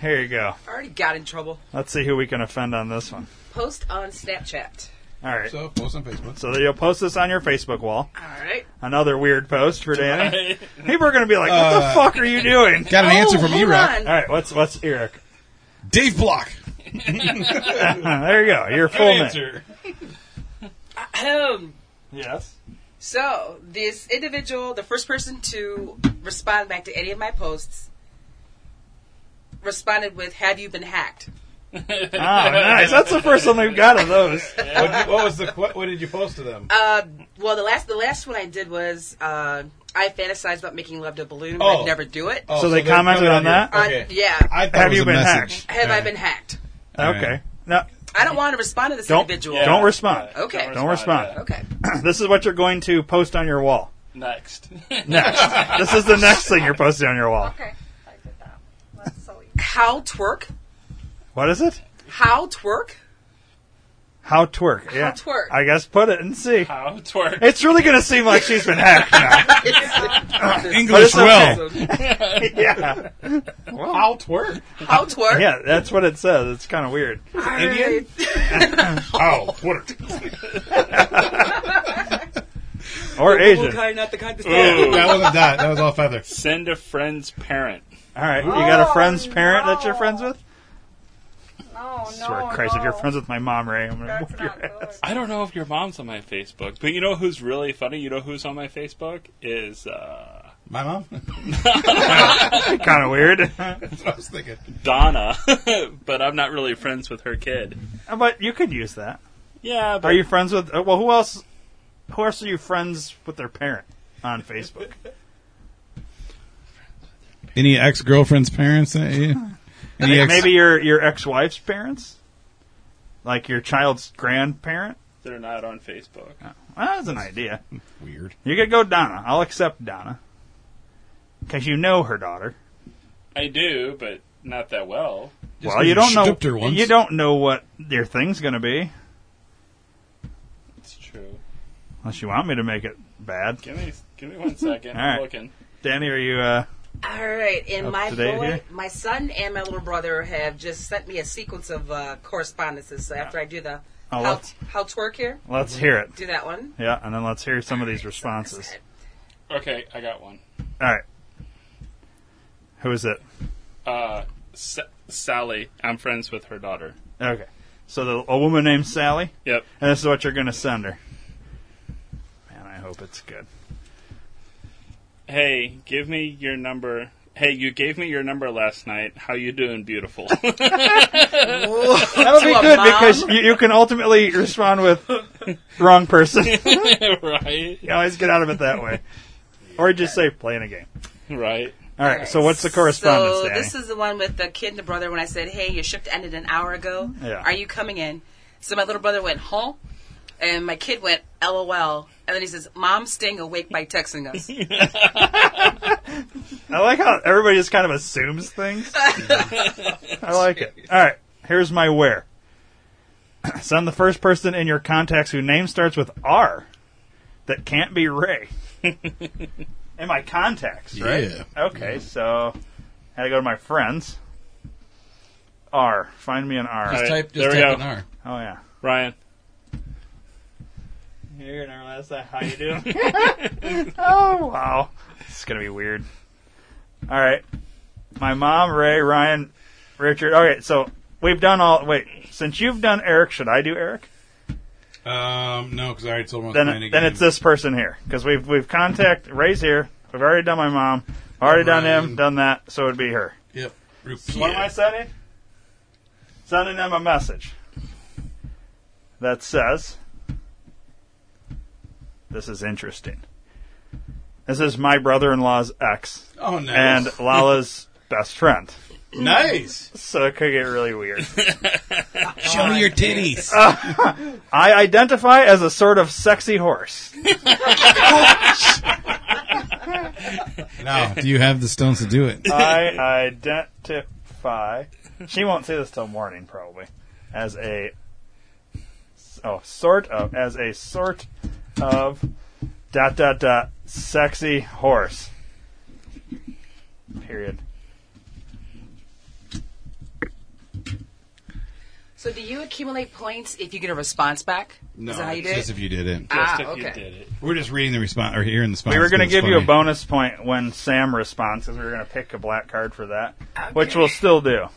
A: Here you go.
F: I already got in trouble.
A: Let's see who we can offend on this one.
F: Post on Snapchat.
A: All right.
C: So post on Facebook.
A: So you'll post this on your Facebook wall.
F: All right.
A: Another weird post for Danny.
D: good.
A: People are going to be like, "What the
E: Uh,
A: fuck are you doing?"
E: Got an answer from
F: Oh, hold
E: Erock.
A: All right. What's what's Eric?
E: Dave Block.
A: there you go. Your full name.
D: answer.
F: on. Um,
A: Yes.
F: So, this individual, the first person to respond back to any of my posts, responded with, Have you been hacked?
A: Oh, nice. That's the first one we've got of those.
C: What, what was the what, what did you post to them?
F: Uh, well, the last the last one I did was uh, I fantasized about making love to a balloon, but
C: Oh.
F: I'd never do it.
C: Oh,
A: so they
C: they're
A: commented on
C: coming out
A: that?
C: here.
F: I,
C: Okay.
F: yeah.
E: I thought
A: Have
E: it was
A: you
E: a
A: been
E: message.
F: Have I been hacked?
A: Okay. No,
F: I don't want to respond to this
A: Don't-
F: individual.
A: don't respond.
F: Okay.
A: Don't respond.
D: yeah.
F: Okay.
A: this is what you're going to post on your wall.
D: Next.
A: Next. this is the next thing you're posting on your wall.
G: Okay. I did that. That's so e- easy.
F: How twerk?
A: What is it?
F: How twerk?
A: How twerk. Yeah.
F: twerk.
A: I guess put it and see.
D: How twerk.
A: It's really going to seem like she's been hacked now. But
E: English
A: it's
E: well.
A: yeah.
C: How twerk?
F: How twerk?
A: Yeah, that's what it says. It's kind of weird.
C: Indian?
A: Oh, twerk. or Asian. All
F: Kind, not the kind that's
C: That wasn't that. That was all feather.
D: Send a friend's parent.
A: right, you got a friend's
G: Oh,
A: parent that you're
G: no.
A: friends with?
G: No, no.
A: Swear to Christ,
G: no.
A: if you're friends with my mom, Ray, I'm gonna
G: That's
A: whoop
G: not
A: your
G: good.
A: ass.
D: I don't know if your mom's on my Facebook, but you know who's really funny? You know who's on my Facebook? Is uh,
C: My mom.
A: kind of weird.
C: That's what I was thinking.
D: Donna, but I'm not really friends with her kid.
A: Uh, but you could use that.
D: Yeah, but
A: Are you friends with? uh, Well, who else? Who else are you friends with their parent on Facebook?
E: Any ex girlfriend's parents? eh? Yeah. Any ex-
A: Maybe your your ex wife's parents, like your child's grandparent.
D: they're not on Facebook.
A: Well, that's an idea.
E: Weird.
A: You could go Donna. I'll accept Donna because you know her daughter.
D: I do, but not that well.
A: well, you don't know.
E: stooped her once.
A: You don't know what your thing's going to be
D: It's true.
A: unless you want me to make it bad.
D: Give me, give me one second.
A: All
D: I'm
A: right.
D: looking.
A: Danny, are you? uh
F: All right, and
A: Up
F: my
A: to date
F: boy,
A: here?
F: my son, and my little brother have just sent me a sequence of uh, correspondences. So after I do the
A: Oh,
F: how,
A: let's,
F: how twerk here,
A: let's hear it.
F: do that one.
A: Yeah, and then let's hear some of these responses.
D: Okay, I got one.
A: All right. Who is it?
D: Uh, Sa- Sally, I'm friends with her daughter.
A: Okay. So the, a woman named Sally,
D: Yep.
A: and this is what you're going to send her. Man, I hope it's good.
D: Hey, give me your number. Hey, you gave me your number last night. How you doing, beautiful?
A: That'll be
F: To a
A: good
F: mom?
A: because you, you can ultimately respond with wrong person. you
D: right?
A: always get out of it that way. or just say playing a game.
D: Right.
A: All right. So what's the correspondence,
F: So
A: Danny?
F: this is the one with the kid and the brother. When I said, "Hey, your shift ended an hour ago.
A: Yeah.
F: Are you coming in?" So my little brother went, "Huh?" And my kid went, "LOL." And then he says, "Mom's staying awake by texting us."
A: I like how everybody just kind of assumes things. I like it. All right, here's my where. Send the first person in your contacts who name starts with R that can't be Ray. in my contacts, right?
H: Yeah.
A: Okay, so I had to go to my friends. R. Find me an R.
D: All
A: Oh,
D: right,
E: Just type,
D: there
E: just
D: we
E: type
D: go.
E: an R.
A: yeah.
D: Ryan.
A: You're gonna realize that how you do. oh wow, it's gonna be weird. All right, my mom, Ray, Ryan, Richard. Okay, so we've done all. Wait, since you've done Eric, should I do Eric?
E: Um, no, because I already told him I was
A: Then,
E: playing a
A: then
E: game.
A: it's this person here because we've we've contact Ray's here. We've already done my mom, already done him,
E: Ryan.
A: done that. So it'd be her.
E: Yep.
A: So What am I sending? Sending them a message that says, This is interesting. This is my brother in law's ex
E: Oh, nice.
A: and Lala's best friend.
E: nice.
A: So it could get really weird.
E: Show me your titties.
A: I identify as a sort of sexy horse.
E: now, do you have the stones to do it?
A: I identify. She won't see this till morning, probably. As a oh, sort of as a sort of dot dot dot sexy horse. Period.
F: so do you accumulate points if you get a response back?
E: no,
F: is that how you
E: it's
F: do
E: just
F: it?
E: if you did it.
F: Ah,
D: Just if you
F: okay.
D: did it.
E: We're just reading the response or hearing the response.
A: We were going to
E: It's
A: give you a
E: funny.
A: bonus point when Sam responds, because we were going to pick a black card for that, which we'll still do. All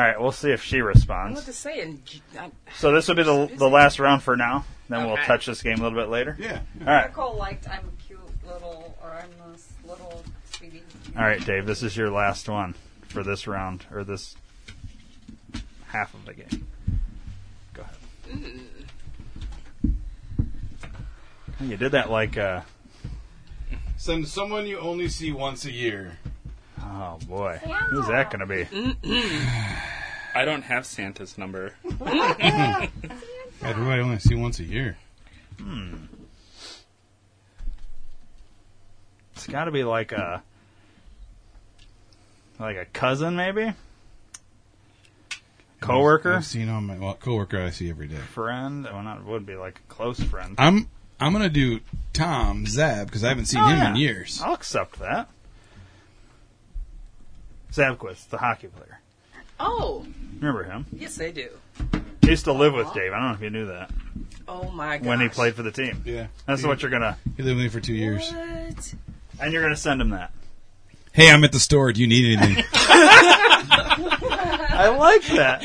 A: right, we'll see if she
F: I don't know what
A: responds.
F: to say. And j- I'm-
A: So this will be the, the last round for now. Then we'll
F: Okay.
A: touch this game a little bit later.
E: Yeah.
A: All right.
G: Nicole liked I'm a cute little, or I'm this little sweetie.
A: All right, Dave, this is your last one for this round or this half of the game. Go ahead. You did that like, uh,
E: Send someone you only see once a year.
A: oh boy, who's that going to be?
D: I don't have Santa's number.
E: God, who I only see once a year.
A: It's got to be like a, like a cousin maybe, coworker,
E: I've seen on my well, coworker I see every day.
A: friend. Well, not would be like a close friend.
E: I'm I'm gonna do Tom Zab because I haven't seen
A: Oh,
E: him
A: yeah.
E: in years.
A: I'll accept that. Zabquist, the hockey player.
F: oh,
A: Remember him?
F: yes, I do.
A: He used to live with Dave. I don't know if you knew that
F: Oh my god.
A: when he played for the team.
E: Yeah,
A: That's
E: he,
A: what you're gonna,
E: He lived with me for two years.
F: What?
A: and you're gonna send him that.
E: Hey, I'm at the store. Do you need anything?
A: I like that.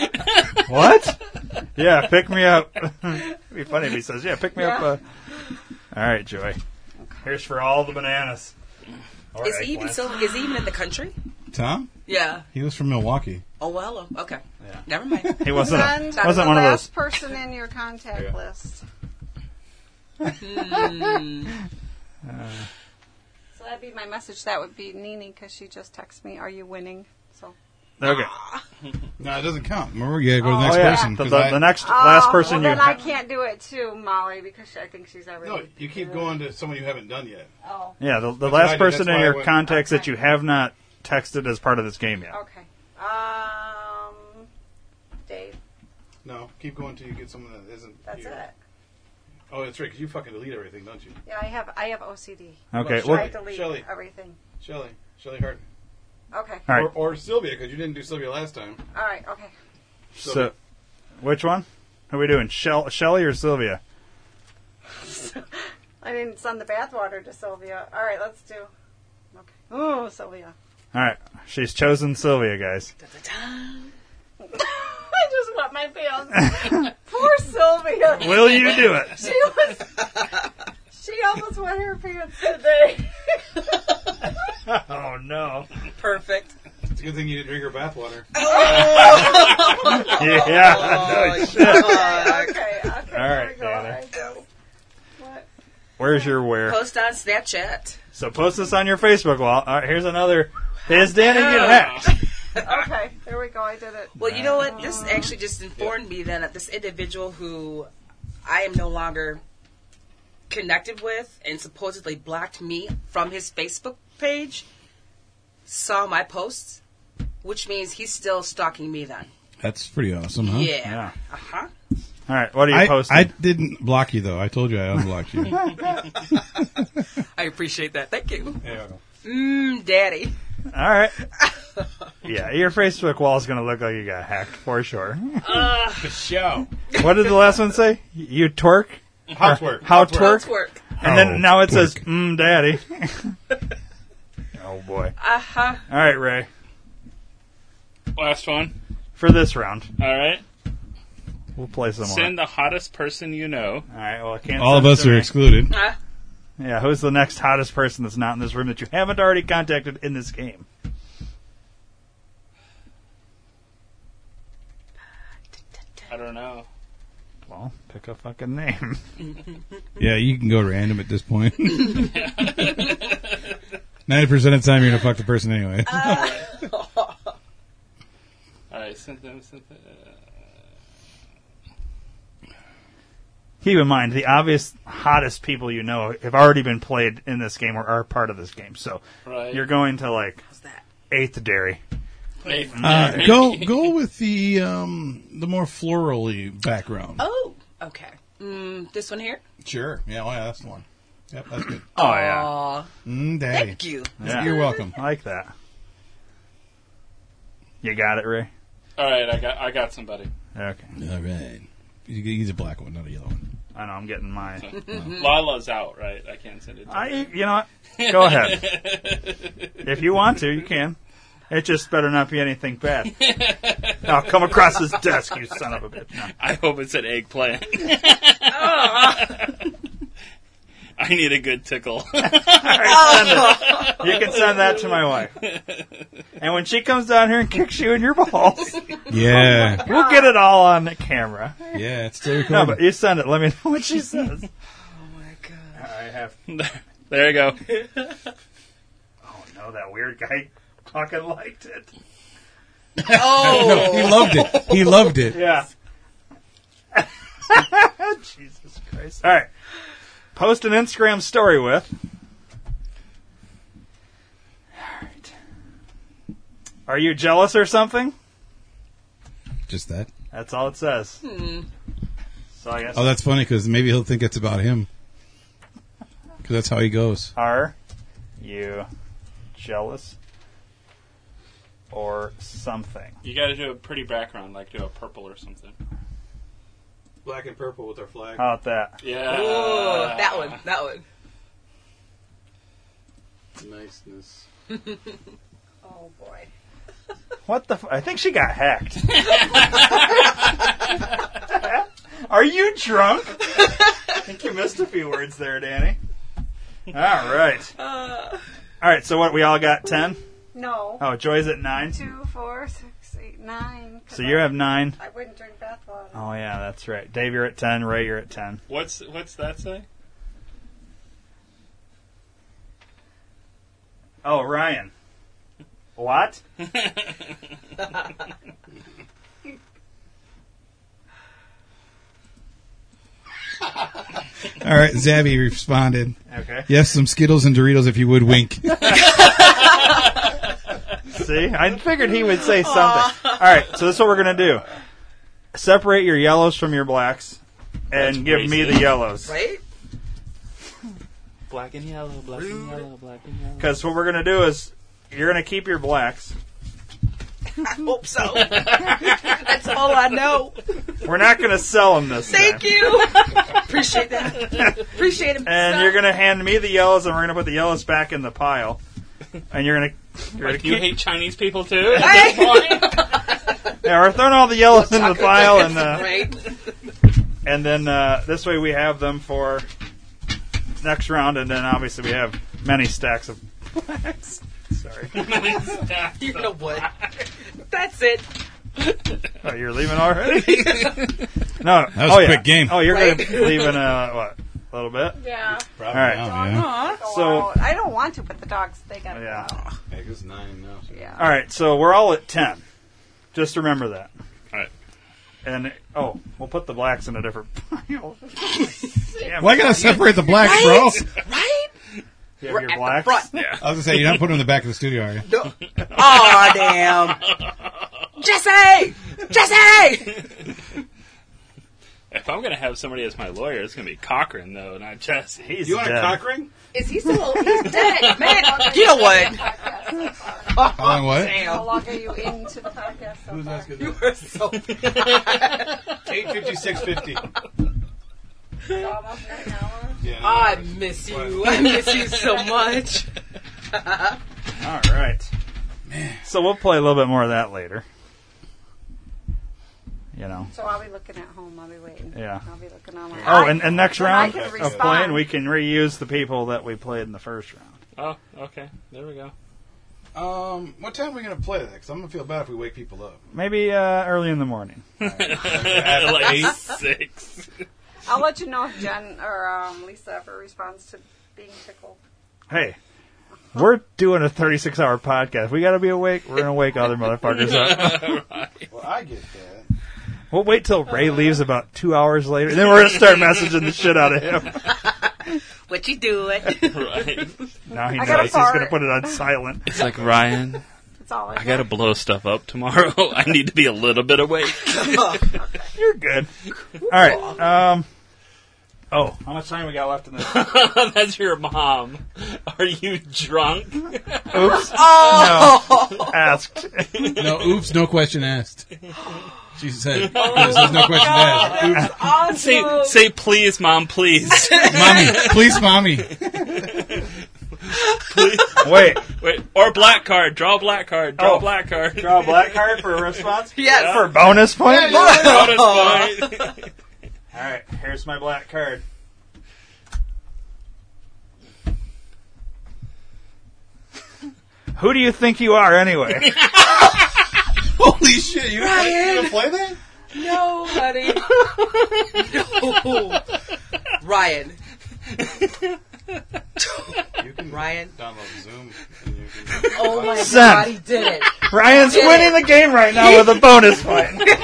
A: what? Yeah, pick me up. It'd be funny if he says, "Yeah, pick me up." Uh... All right, Joy. Here's for all the bananas. Or
F: Is he even
A: eggplants.
F: still? Is he even in the country?
E: Tom?
F: Yeah.
E: He was from Milwaukee.
F: Oh well. oh, Okay. Never mind.
A: He wasn't.
G: And
A: A, wasn't
G: the
A: one of those.
G: last person in your contact list.
A: Hmm.
G: so that'd be my message. That would be Nini because she just texted me, "Are you winning?" So
A: Okay.
E: Oh, No, it doesn't count. Remember, you gotta go to the next
A: oh yeah.
E: person.
A: The,
E: 'cause
A: the-
E: I-
A: the next last
G: Oh,
A: person
G: well,
A: you.
G: Then I can't do it too, Molly, because I think she's already.
E: no, you keep going to someone you haven't done yet.
G: Oh,
A: yeah, the, the
E: what I
A: last
E: did.
A: person
E: That's
A: in
E: why I
A: your
E: went-
A: contacts that you have not texted as part of this game yet.
G: okay. Um, Dave,
E: No, keep going till you get someone that isn't.
G: that's
E: here.
G: it.
E: Oh, that's right. Because you fucking delete everything, don't you?
G: Yeah, I have I have OCD.
A: Okay. Well,
E: Well, Shelly.
G: I delete
E: Shelley.
G: everything.
E: Shelly, Shelly Hart,
G: Okay.
A: all right.
E: or, or Sylvia, because you didn't do Sylvia last time.
G: All right. Okay.
A: So, which one? How are we doing? Shell, Shelly or Sylvia?
G: I didn't send the bathwater to Sylvia. All right. Let's do. Okay. Ooh, Sylvia.
A: All right, she's chosen Sylvia, guys.
G: I just wet my pants. Poor Sylvia.
A: Will you do it?
G: She was. She almost wet her pants today.
A: Oh no!
F: Perfect.
E: It's a good thing you didn't drink her bathwater.
A: Yeah.
F: Oh,
G: okay. Okay.
A: Oh, All right,
G: here we go.
A: Dana.
G: I know. What?
A: We're Where's your where?
F: Post on Snapchat.
A: So post this on your Facebook wall. All right, here's another. Is Danny get hacked?
G: Okay, there we go. I did it.
F: Well, you know what? This actually just informed me then that this individual who I am no longer connected with and supposedly blocked me from his Facebook page saw my posts, which means he's still stalking me then.
E: That's pretty awesome, huh?
F: Yeah. Uh huh.
A: All right, what are you
E: I,
A: posting?
E: I didn't block you though. I told you I unblocked you.
F: I appreciate that. Thank you. Mmm, daddy.
A: All right. Yeah, your Facebook wall is going to look like you got hacked for sure.
C: The show.
A: What did the last one say? You twerk?
C: How twerk.
A: How twerk?
F: Let's work.
A: And then
E: Oh,
A: now it says,
E: twerk.
A: mm, daddy. oh, boy.
F: Uh huh.
A: All right, Ray.
D: Last one.
A: For this round,
D: All right.
A: we'll play some
D: Send the hottest person you know.
A: more. All right, well, I can't
E: All of
A: send it
E: us
A: to
E: are
A: me.
E: excluded.
F: Uh,
A: Yeah, who's the next hottest person that's not in this room that you haven't already contacted in this game?
D: I don't know.
A: Well, pick a fucking name.
E: Yeah, you can go random at this point. Ninety percent of the time, you're gonna fuck the person anyway.
F: Uh,
D: All right. Send them. Send them.
A: Keep in mind, the obvious hottest people you know have already been played in this game or are part of this game. So
D: Right.
A: you're going to like
F: What's that?
A: eighth dairy.
D: Wait.
E: Uh, go go with the um, the more florally background.
F: Oh, okay. Mm, this one here?
E: Sure. Yeah. Well, yeah. That's the one. Yep. That's good.
A: Oh yeah,
F: Aw,
E: Mm, daddy.
F: thank you.
A: Yeah.
E: You're welcome.
A: I like that. You got it, Ray.
D: All right. I got. I got somebody.
A: Okay,
E: All right. You can use a black one, not a yellow one.
A: I know I'm getting mine.
D: Hmm. Lala's out. Right. I can't send it. to her.
A: I, you know, what? go ahead if you want to, you can. It just better not be anything bad. Now come across this desk, you son of a bitch. No.
D: I hope it's an eggplant. I need a good tickle.
A: You can send that to my wife. And when she comes down here and kicks you in your balls,
E: Yeah.
A: we'll get it all on the camera.
E: yeah. It's still
A: No,
E: recording.
A: but you send it. Let me know what she says.
F: Oh my god.
A: I have.
D: there you go.
A: Oh no, that weird guy fucking liked it.
F: Oh,
E: No, he loved it. He loved it.
A: Yeah. Jesus Christ. All right. Post an Instagram story with. All right. Are you jealous or something?
E: Just that.
A: That's all it says. So I guess
E: Oh, that's funny because maybe he'll think it's about him. Because that's how he goes.
A: are you jealous or something?
D: You got to do a pretty background, like do a purple or something.
C: Black and purple with our flag.
A: How about that?
D: Yeah.
F: Oh, that one. That one.
C: Niceness.
G: Oh boy.
A: What the? F- I think she got hacked. Are you drunk? I think you missed a few words there, Danny. All right. All right. So what? We all got ten.
G: No.
A: Oh, Joy's at nine.
G: Two, four, six, eight, nine. 'cause
A: So you
G: I-
A: have nine.
G: I wouldn't drink bath water.
A: Oh yeah, that's right. Dave, you're at ten. Ray, you're at ten.
D: What's what's that say?
A: Oh, Ryan. What?
E: All right. Zabby responded.
A: Okay.
E: Yes, some Skittles and Doritos if you would wink.
A: See, I figured he would say something. All right, so this is what we're gonna do: separate your yellows from your blacks, and give me the
D: racist.
A: yellows.
F: Right?
D: Black and yellow, black and yellow, black and yellow.
A: Because what we're gonna do is you're gonna keep your blacks.
F: I hope so. That's all I know.
A: We're not gonna sell them this
F: Thank
A: time.
F: you. Appreciate that. Appreciate it.
A: And you're gonna hand me the yellows, and we're gonna put the yellows back in the pile. And you're gonna, you're gonna
D: You
A: keep.
D: hate Chinese people too. At this point?
A: Yeah, we're throwing all the yellows in the pile, and uh,
F: Right?
A: and then uh, this way we have them for next round, and then obviously we have many stacks of blacks. Sorry.
F: You know what? That's it.
A: Oh, you're leaving already? no. That
E: was
A: oh,
E: a
A: yeah.
E: quick game.
A: Oh, you're
F: Right.
A: going to leave in a uh, what? a little bit.
G: Yeah.
E: Probably
A: All right.
E: not,
G: Dog
E: yeah.
G: needs to go
A: So-
G: out. I don't want to, but the dogs they gotta
A: Yeah.
G: go out.
C: Yeah, 'cause it's nine now. so-
G: Yeah.
A: All right, so we're all at ten. Just remember that.
D: All right.
A: And oh, we'll put the blacks in a different pile. Damn,
E: Well, I gotta separate the blacks, bro.
F: Right?
A: you have
F: We're
A: your
F: at
A: blacks.
F: the front.
E: I was gonna say you're not putting them in the back of the studio, are you?
F: Aw, damn. Jesse! Jesse!
D: If I'm gonna have somebody as my lawyer, it's gonna be Cochran though, not Jesse.
A: He's
C: You want
A: dead.
C: a cock ring?
F: Is he still? He's dead, man. You know what?
E: How long what?
G: How
F: Damn.
G: long are you into the podcast so far?
F: You were so.
C: Eight fifty six fifty.
G: Almost an hour.
C: Yeah.
F: I
C: no worries.
F: miss you. I miss you so much.
A: All right. So we'll play a little bit more of that later. You know.
G: So I'll be looking at home. I'll be waiting.
A: Yeah.
G: I'll be looking online.
A: Oh, and, and next
G: When I
A: round
G: can
A: of
G: respond.
A: playing, we can reuse the people that we played in the first round.
D: Oh, okay. There we go.
C: Um, what time are we gonna play that? Because I'm gonna feel bad if we wake people up.
A: Maybe uh, early in the morning.
D: At like six.
G: I'll let you know if Jen or um, Lisa ever responds to being tickled.
A: Hey, we're doing a 36 hour podcast. We got to be awake. We're going to wake other motherfuckers up.
C: Well, I get that.
A: We'll wait till Ray leaves about two hours later. Then we're going to start messaging the shit out of him.
F: What you doing?
D: Right.
A: Now he
G: I gotta
A: knows he's going to
G: fart.
A: put it on silent.
D: It's like Ryan.
G: That's all I,
D: I gotta blow stuff up tomorrow. I need to be a little bit awake.
A: You're good. All right. Um, oh, how much time we got left in this?
D: That's your mom. Are you drunk?
A: Oops. No. Asked.
E: No, oops, no question asked. She said,
A: Oh
E: this is no question asked. Oops,
D: Say, say please, mom, please.
E: mommy, please, mommy.
D: please.
A: Wait.
D: Wait, or black card. Draw a black card. Draw
A: Oh.
D: a black card.
A: Draw a black card for a response?
F: Yes.
A: For bonus point?
D: Bonus point.
A: All right, here's my black card. Who do you think you are, anyway?
E: Holy shit, you
F: Ryan.
E: gonna play that?
F: No, honey. no. Ryan.
C: You can
F: Ryan.
C: download Zoom. And you can
F: Oh my
A: Son.
F: god, he did it.
A: Ryan's winning the game right now with a bonus point.
C: you can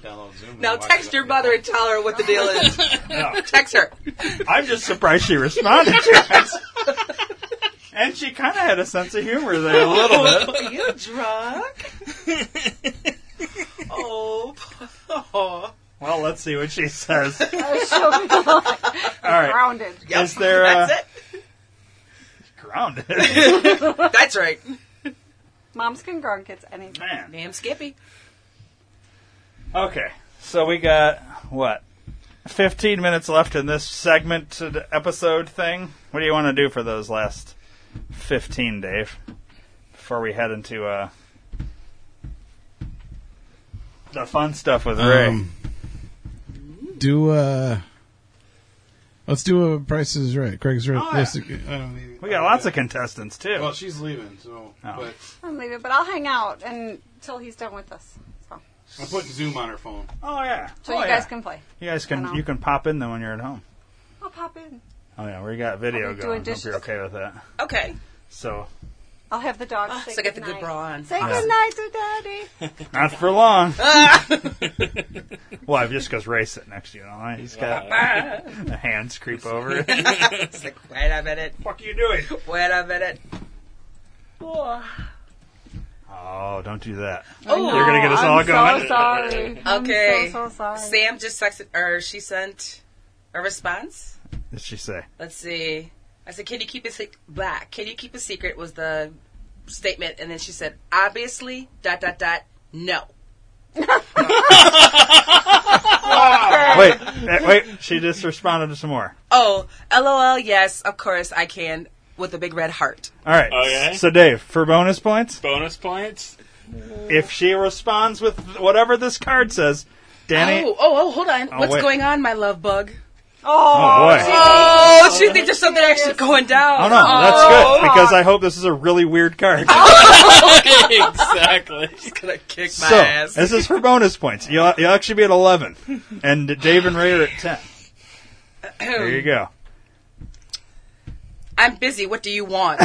C: download Zoom. and
F: Now
C: watch
F: text
C: it
F: your
C: on
F: mother and tell her what the deal is.
A: No,
F: Text her.
A: I'm just surprised she responded to it. And she kind of had a sense of humor there, a little bit.
F: Are you drunk? oh, oh.
A: Well, let's see what she says.
G: so
A: All right,
G: grounded.
A: is there uh,
F: That's
A: grounded?
F: it. That's right.
G: Moms can ground kids anything.
A: Man.
F: Ma'am Skippy.
A: Okay, so we got what? 15 minutes left in this segment to the episode thing. What do you want to do for those last 15, Dave? Before we head into uh, the fun stuff with Ray.
E: Um, do, uh, let's do a Price is Right. Craig's Right.
A: Oh, yeah.
E: list. I don't need-
A: we got lots of contestants, too.
C: Well, she's leaving, so
E: Oh.
C: but
G: I'm leaving, but I'll hang out until he's done with us. So,
C: I'm putting Zoom on her phone.
A: oh, yeah.
G: so
A: oh,
G: you
A: yeah.
G: guys can play.
A: You guys
G: I know.
A: can you can pop in then when you're at home.
G: I'll pop in.
A: Oh, yeah, we got video
G: I'll be
A: going.
G: doing
A: Hope you're
G: dishes.
A: okay with that.
F: Okay.
A: So,
G: I'll have the dogs say
F: Ah, So I get the good
G: goodnight.
F: bra on.
G: Say goodnight to daddy.
A: not for long. well, just because Ray's sitting next to you, all right? He's got the hands creep over.
F: It's like, wait a minute.
A: fuck you doing?
F: Wait a minute.
A: Oh, don't do that.
F: Oh,
A: You're gonna get us all
G: I'm
A: going.
G: so sorry.
F: Okay.
G: I'm so, so sorry.
F: Sam just sexted, or she sent a response.
A: Did she say?
F: Let's see. I said, "Can you keep it se- black? Can you keep a secret?" Was the statement, and then she said, "Obviously, dot dot dot, no."
A: Wait, eh, wait. She just responded to some more.
F: Oh, lol. Yes, of course I can with a big red heart.
A: All right.
D: Okay.
A: So, Dave, for bonus points,
D: Bonus points.
A: if she responds with whatever this card says, Danny.
F: oh, oh, oh, hold on.
A: Oh,
F: What's
A: wait.
F: going on, my love bug?
A: Oh, boy.
F: Oh, she thinks there's something actually going down.
A: Oh no, that's good because I hope this is a really weird card.
D: exactly.
F: gonna kick my
A: so
F: ass.
A: this is for bonus points. You'll, you'll actually be at eleven, and Dave and Ray are at ten. There you go.
F: I'm busy. What do you want?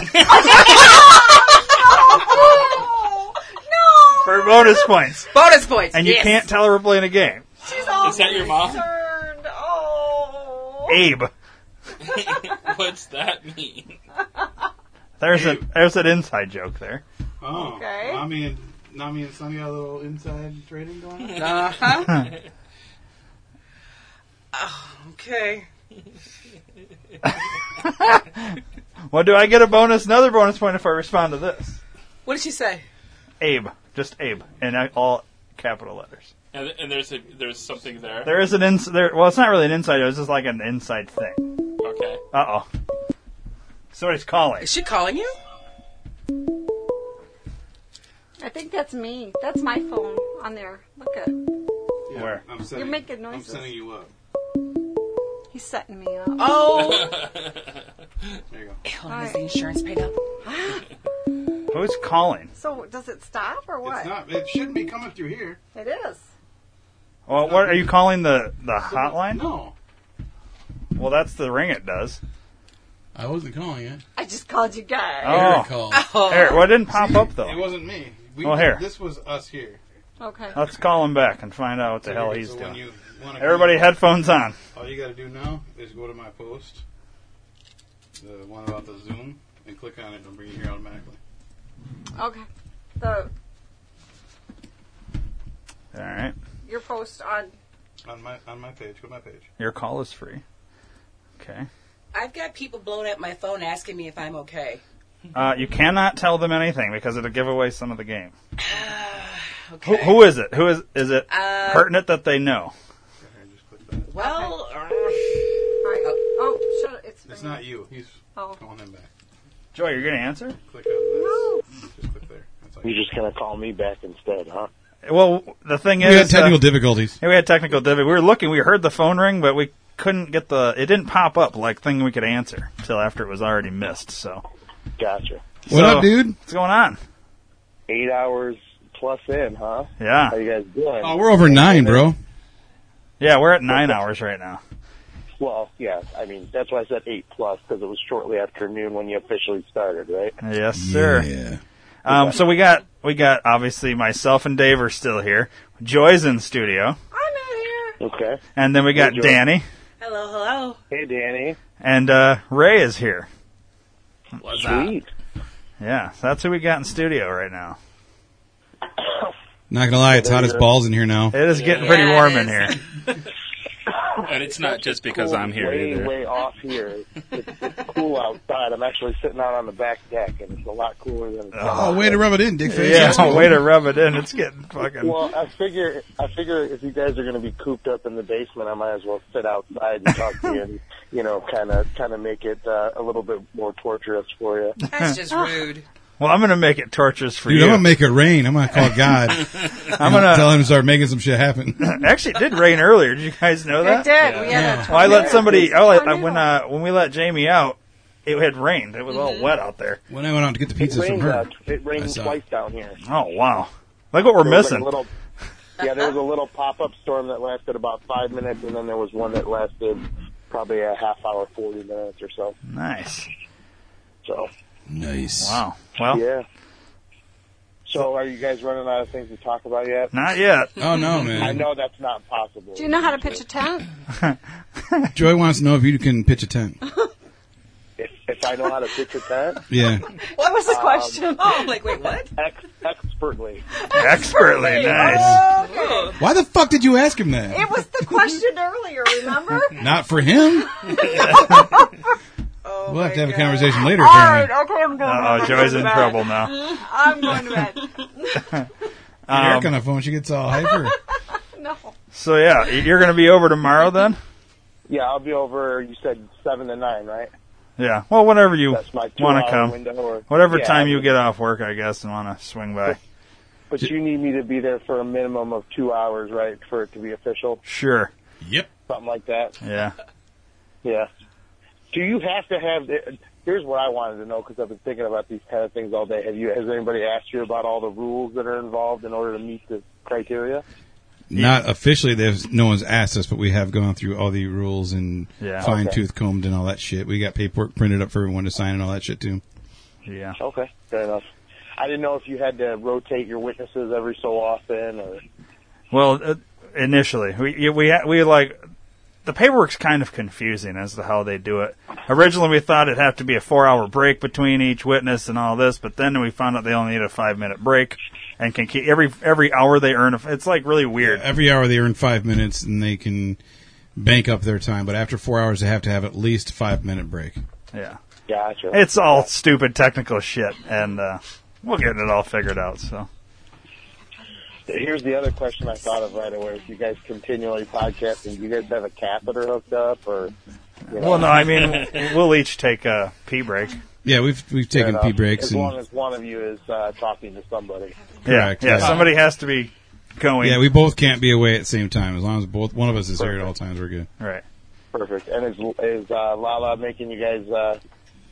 A: For bonus points.
F: Bonus points.
A: And you
F: yes.
A: can't tell her we're playing a game.
G: She's all
D: Is that your mom?
G: concerned. Oh.
A: Abe.
D: What's that mean?
A: There's a there's an inside joke there.
C: Oh,
G: Okay.
C: Nami and Nami and Sunny got a little inside trading going. on?
F: Uh-huh. Oh, okay.
A: What do I get a bonus? Another bonus point if I respond to this.
F: What did she say?
A: Abe, just Abe, and I- all capital letters.
D: And, and there's a there's something there.
A: There is an ins there. Well, it's not really an inside. joke, It's just like an inside thing.
D: Okay.
A: Uh oh. Somebody's calling.
F: Is she calling you?
G: I think that's me. That's my phone on there. Look at
C: Yeah,
A: Where?
C: I'm setting,
G: You're making
C: I'm
G: noises.
C: setting you up.
G: He's setting me up.
F: Oh.
C: There you go.
F: Ew, is the insurance paid up?
A: Who's calling?
G: So does it stop or what?
C: It's not. It shouldn't be coming through here.
G: It is.
A: Well, what are you calling the the hotline?
C: No,
A: Well, that's the ring. It does.
E: I wasn't calling it.
G: I just called you guys.
E: Eric
A: Oh,
E: called.
A: Eric. Well, it didn't pop up
C: it
A: though.
C: wasn't me. We,
A: Well, here.
C: This was us here.
G: Okay.
A: Let's call him back and find out what the hell
C: So
A: he's
C: when
A: doing.
C: you wanna
A: Everybody,
C: come-
A: headphones on.
C: All you got to do now is go to my post, the one about the Zoom, and click on it. It'll bring you here automatically.
G: Okay. The
A: All right.
G: your post on
C: On my on my page. Go to my page.
A: Your call is free. Okay.
F: I've got people blowing up my phone asking me if I'm okay.
A: Uh, you cannot tell them anything because it'll give away some of the game. Who,
F: Okay.
A: who is it? Who is is it
F: Uh,
A: pertinent that they know?
C: Right here, just click that.
F: Well,
G: all right. Oh, shut it. It's,
C: It's
G: ringing.
C: not you. He's
G: Oh.
C: calling him back.
A: Joy, you're gonna answer?
C: Click on this. Just click there. That's all
H: You're just gonna call me back instead, huh?
A: Well, the thing
E: We had
A: is,
E: technical
A: uh,
E: difficulties.
A: yeah, we had technical difficulty. We were looking, we heard the phone ring, but we couldn't get the. It didn't pop up like thing we could answer till after it was already missed. So
H: Gotcha.
E: What
A: So-
E: up, dude?
A: what's going on?
H: Eight hours plus in, huh?
A: Yeah,
H: How you guys doing?
E: Oh, we're over nine, bro.
A: yeah, we're at nine hours right now.
H: Well, yeah. I mean, that's why I said eight plus because it was shortly after noon when you officially started, right?
A: Yes, sir.
E: Yeah.
A: Um, so we got we got obviously myself and Dave are still here. Joy's in studio,
G: I'm not here.
H: Okay.
A: and then we got
H: Hey, Joy.
A: Danny
F: hello, hello.
H: Hey, Danny.
A: and uh, Ray is here.
D: What's that?
H: Sweet.
A: Yeah, so that's who we got in studio right now.
E: Not gonna lie, it's hot as balls in here now.
A: It is getting pretty
F: Yeah,
A: warm
F: it
A: in here.
F: is.
D: And it's not just because
H: Cool.
D: I'm here
H: way,
D: either.
H: Way off here. It's, it's cool outside. I'm actually sitting out on the back deck, and it's a lot cooler than.
E: Oh, way to rub it in, dick face.
A: Yeah,
E: That's cool.
A: way to rub it in. It's getting fucking.
H: Well, I figure I figure if you guys are going to be cooped up in the basement, I might as well sit outside and talk to you, and you know, kind of kind of make it uh, a little bit more torturous for you.
F: That's just rude.
A: Well, I'm gonna make it torturous for
E: Dude,
A: you.
E: I'm gonna make it rain. I'm gonna call God.
A: I'm
E: Tell
A: gonna.
E: him to start making some shit happen.
A: Actually, it did rain earlier. Did you guys know
G: I
A: that?
G: did. We had a
A: Well, I let
G: tornado.
A: somebody. I let,
G: Tornado.
A: when uh, when we let Jamie out, it had rained. It was
H: Mm-hmm.
A: all wet out there.
E: when I went out to get the
H: It
E: pizzas from
H: rained,
E: her,
H: uh, it
E: I
H: rained
E: saw.
H: twice down here.
A: Oh wow! Look what we're
H: There was
A: missing.
H: like a little, yeah, there was a little pop-up storm that lasted about five minutes, and then there was one that lasted probably a half hour, forty minutes or so.
A: Nice.
H: So
E: nice.
A: Wow. Well,
H: yeah. So are you guys running out of things to talk about yet?
A: not yet.
E: Oh no,
H: I
E: man.
H: know that's not possible.
G: Do you know how to pitch a tent?
E: Joy wants to know if you can pitch a tent.
H: If, if I know how to pitch a tent.
E: Yeah.
G: What was
C: Um,
G: the question?
F: Oh, I'm like, wait, what?
H: Ex- expertly.
A: Expertly nice.
G: Oh, Okay.
E: Why the fuck did you ask him that?
G: It was the question earlier. Remember?
E: Not for him.
F: Oh,
E: We'll have to have
F: my
E: a
F: God.
E: conversation later.
G: All right.
E: Apparently,
G: Okay. I'm going.
A: Oh,
G: I'm
A: Joy's
G: going
A: in
G: to bed.
A: trouble now.
G: I'm going to bed.
A: Um,
E: Eric on the phone, she gets all hyper.
G: No.
A: So yeah, you're gonna be over tomorrow then.
H: Yeah, I'll be over. You said seven to nine, right?
A: Yeah. Well, whenever you
H: That's my two
A: want
H: hour
A: to come.
H: window. Or,
A: Whatever
H: Yeah,
A: time you get off work, I guess, and want to swing by.
H: But you need me to be there for a minimum of two hours, right, for it to be official,
A: Sure.
E: yep.
H: something like that.
A: Yeah.
H: Yeah. Do you have to have? The, here's what I wanted to know because I've been thinking about these kind of things all day. Have you? Has anybody asked you about all the rules that are involved in order to meet the criteria?
E: Not officially, there's no one's asked us, but we have gone through all the rules and
A: Yeah.
E: fine tooth combed and all that shit. We got paperwork printed up for everyone to sign and all that shit too.
A: Yeah.
H: Okay, fair enough. I didn't know if you had to rotate your witnesses every so often, or
A: Well, uh, initially we you- we ha- we like the paperwork's kind of confusing as to how they do it. Originally, we thought it'd have to be a four-hour break between each witness and all this, but then we found out they only need a five-minute break and can keep every every hour they earn. It's like really weird.
E: Every hour they earn five minutes and they can bank up their time, but after four hours they have to have at least five minute break.
A: Yeah,
H: gotcha.
A: it's all stupid technical shit, and uh, we'll get it all figured out. So
H: Here's the other question I thought of right away: If you guys continually podcasting, do you guys have a catheter hooked up, or you know,
A: well, no, I mean we'll each take a pee break.
E: Yeah, we've we've
H: fair
E: taken
H: enough.
E: pee breaks
H: As
E: and
H: long as one of you is uh, talking to somebody.
A: yeah, yeah,
E: yeah.
A: somebody has to be going.
E: yeah, we both can't be away at the same time. As long as both one of us is here at all times, we're good.
A: right.
H: Perfect. And is is uh, Lala making you guys uh,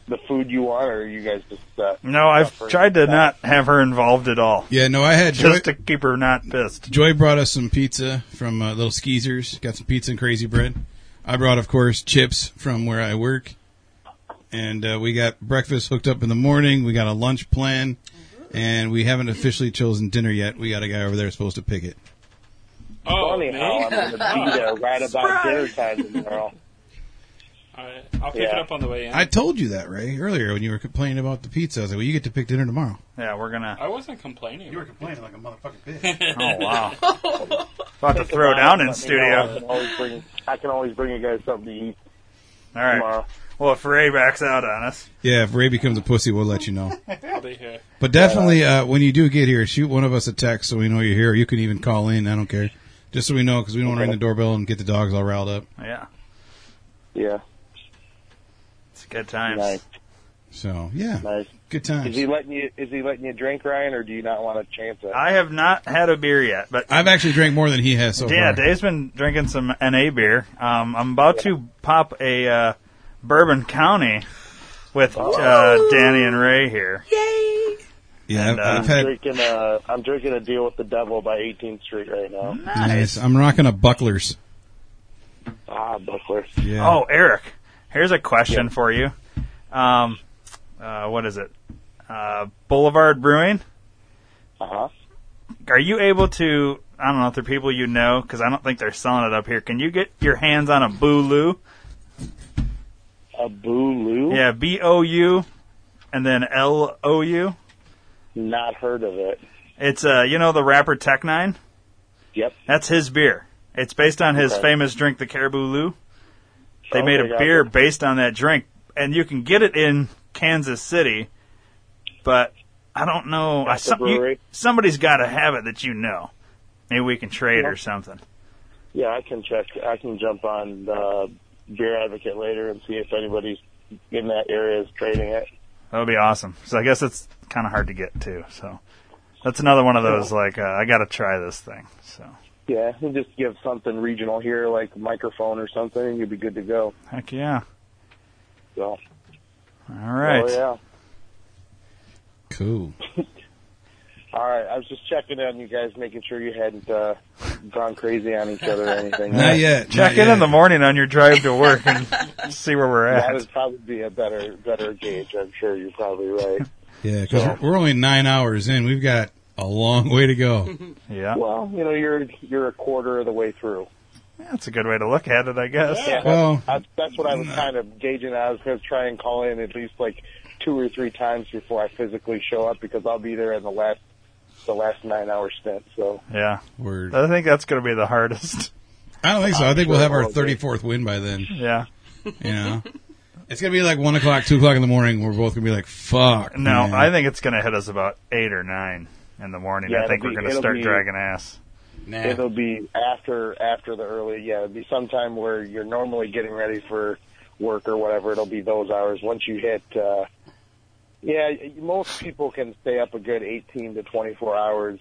H: the food you want, or are you guys just uh,
A: No, I've
H: suffering?
A: tried to not have her involved at all.
E: Yeah, no, I had Joy,
A: just to keep her not pissed.
E: Joy brought us some pizza from uh, Little Skeezers. Got some pizza and crazy bread. I brought, of course, chips from where I work, and uh, we got breakfast hooked up in the morning. We got a lunch plan, and we haven't officially chosen dinner yet. We got a guy over there supposed to pick it.
D: Oh,
H: Funny
D: me?
H: how I'm going to be there right about dinner time tomorrow.
D: All right, I'll pick it
H: Yeah.
D: up on the way in.
E: I told you that Ray earlier when you were complaining about the pizza. I was like, "Well, you get to pick dinner tomorrow."
A: Yeah, we're gonna.
D: I wasn't complaining.
C: You were complaining like a motherfucking bitch.
A: Oh wow! About to throw down in
H: Let me know. I
A: studio.
H: can always bring, I can always bring you guys something to eat
A: All right.
H: tomorrow.
A: Well, if Ray backs out on us,
E: Yeah, if Ray becomes a pussy, we'll let you know.
D: I'll be here.
E: But definitely, uh, when you do get here, shoot one of us a text so we know you're here. You can even call in. I don't care. Just so we know, because we don't want to ring the doorbell and get the dogs all riled up.
A: yeah,
H: Yeah,
A: it's good times.
H: nice,
E: So yeah,
H: nice.
E: good
H: Is
E: times.
H: he letting you? Is he letting you drink, Ryan, or do you not want to chance it?
A: I have not had a beer yet, but
E: I've actually drank more than he has so
A: yeah,
E: far.
A: Dave's been drinking some NA beer. Um, I'm about to pop a uh, Bourbon County with uh, Danny and Ray here.
F: Yay!
E: yeah, I've,
A: and, uh,
E: I've
H: I'm
E: had
H: drinking a, I'm drinking a deal with the devil by 18th Street right now.
A: Mm-hmm.
E: nice. I'm rocking a Bucklers.
H: Ah, buckler.
E: Yeah.
A: Oh, Eric, here's a question for you. Um, uh, what is it? Uh, Boulevard Brewing.
H: Uh huh.
A: are you able to? I don't know if they're people you know because I don't think they're selling it up here. Can you get your hands on a Booloo?
H: A booloo.
A: Yeah, B O U, and then L O U.
H: Not heard of it.
A: It's uh, you know the rapper Tech Nine.
H: Yep.
A: That's his beer. It's based on his
H: Okay.
A: famous drink, the Caribou Lou. They
H: Oh,
A: made
H: I
A: a
H: got
A: beer
H: it.
A: based on that drink, and you can get it in Kansas City, but I don't know. I,
H: At the
A: some, you-
H: brewery?
A: somebody's got to have it that you know. Maybe we can trade or something.
H: Yeah, I can check. I can jump on the beer advocate later and see if anybody's in that area is trading it.
A: That would be awesome. So I guess it's kind of hard to get to. So that's another one of those like uh, I got to try this thing. So
H: Yeah, and just give something regional here, like microphone or something, and you'll be good to go.
A: heck yeah.
H: So,
A: All right.
H: oh yeah.
E: cool.
H: All right, I was just checking on you guys, making sure you hadn't uh, gone crazy on each other or anything.
E: Not yet.
A: Check
E: not
A: in in the
E: yet.
A: morning on your drive to work and see where we're
H: That
A: at.
H: would probably be a better better gauge. I'm sure you're probably right.
E: Yeah, because we're, we're only nine hours in. We've got a long way to go.
A: Yeah,
H: Well, you know, you're you're a quarter of the way through.
A: that's a good way to look at it, I guess.
H: Yeah,
E: Well-
H: that's, that's what I was kind of gauging. I was going to try and call in at least like two or three times before I physically show up because I'll be there in the last the last nine hour stint. So
A: Yeah,
E: Word.
A: I think that's going to be the hardest.
E: I don't think so. I think we'll have our
H: Well, okay.
E: 34th win by then.
A: Yeah,
E: You know, it's gonna be like one o'clock, two o'clock in the morning. We're both gonna be like, "Fuck."
A: no,
E: man.
A: I think it's going to hit us about eight or nine in the morning.
H: Yeah,
A: I think
H: it'll
A: we're
H: be-
A: going to
H: it'll
A: start
H: be-
A: dragging ass.
E: Nah.
H: it'll be after after the early. Yeah, it'll be sometime where you're normally getting ready for work or whatever. It'll be those hours once you hit. uh yeah, most people can stay up a good 18 to 24 hours.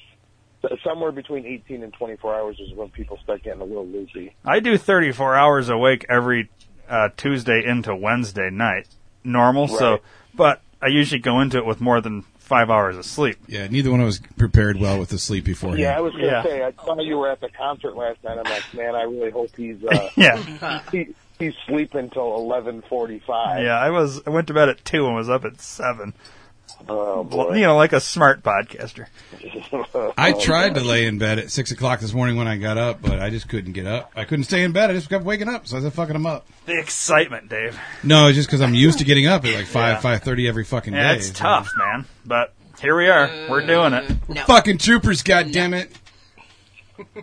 H: So- Somewhere between 18 and 24 hours is when people start getting a little loopy.
A: I do 34 hours awake every uh, Tuesday into Wednesday night, normal. So,
H: Right.
A: but I usually go into it with more than five hours of sleep.
E: Yeah, neither one of us prepared well with the sleep before.
H: Yeah, I was gonna
A: Yeah.
H: say I saw you were at the concert last night. I'm like, man, I really hope he's uh,
A: Yeah.
H: he, he's sleeping till 11:45.
A: Yeah, I was I went to bed at two and was up at seven.
H: Oh boy. Oh,
A: Well, you know, like a smart podcaster.
E: I
A: Oh,
E: tried to lay in bed at six o'clock this morning when I got up, but I just couldn't get up. I couldn't stay in bed. I just kept waking up, so I was fucking them up.
A: The excitement, Dave.
E: No, it's just because I'm used to getting up at like five,
A: Yeah.
E: five thirty every fucking
A: Yeah,
E: day.
A: it's
E: so-
A: tough, man. But here we are. We're doing it.
F: No.
E: Fucking troopers, goddammit!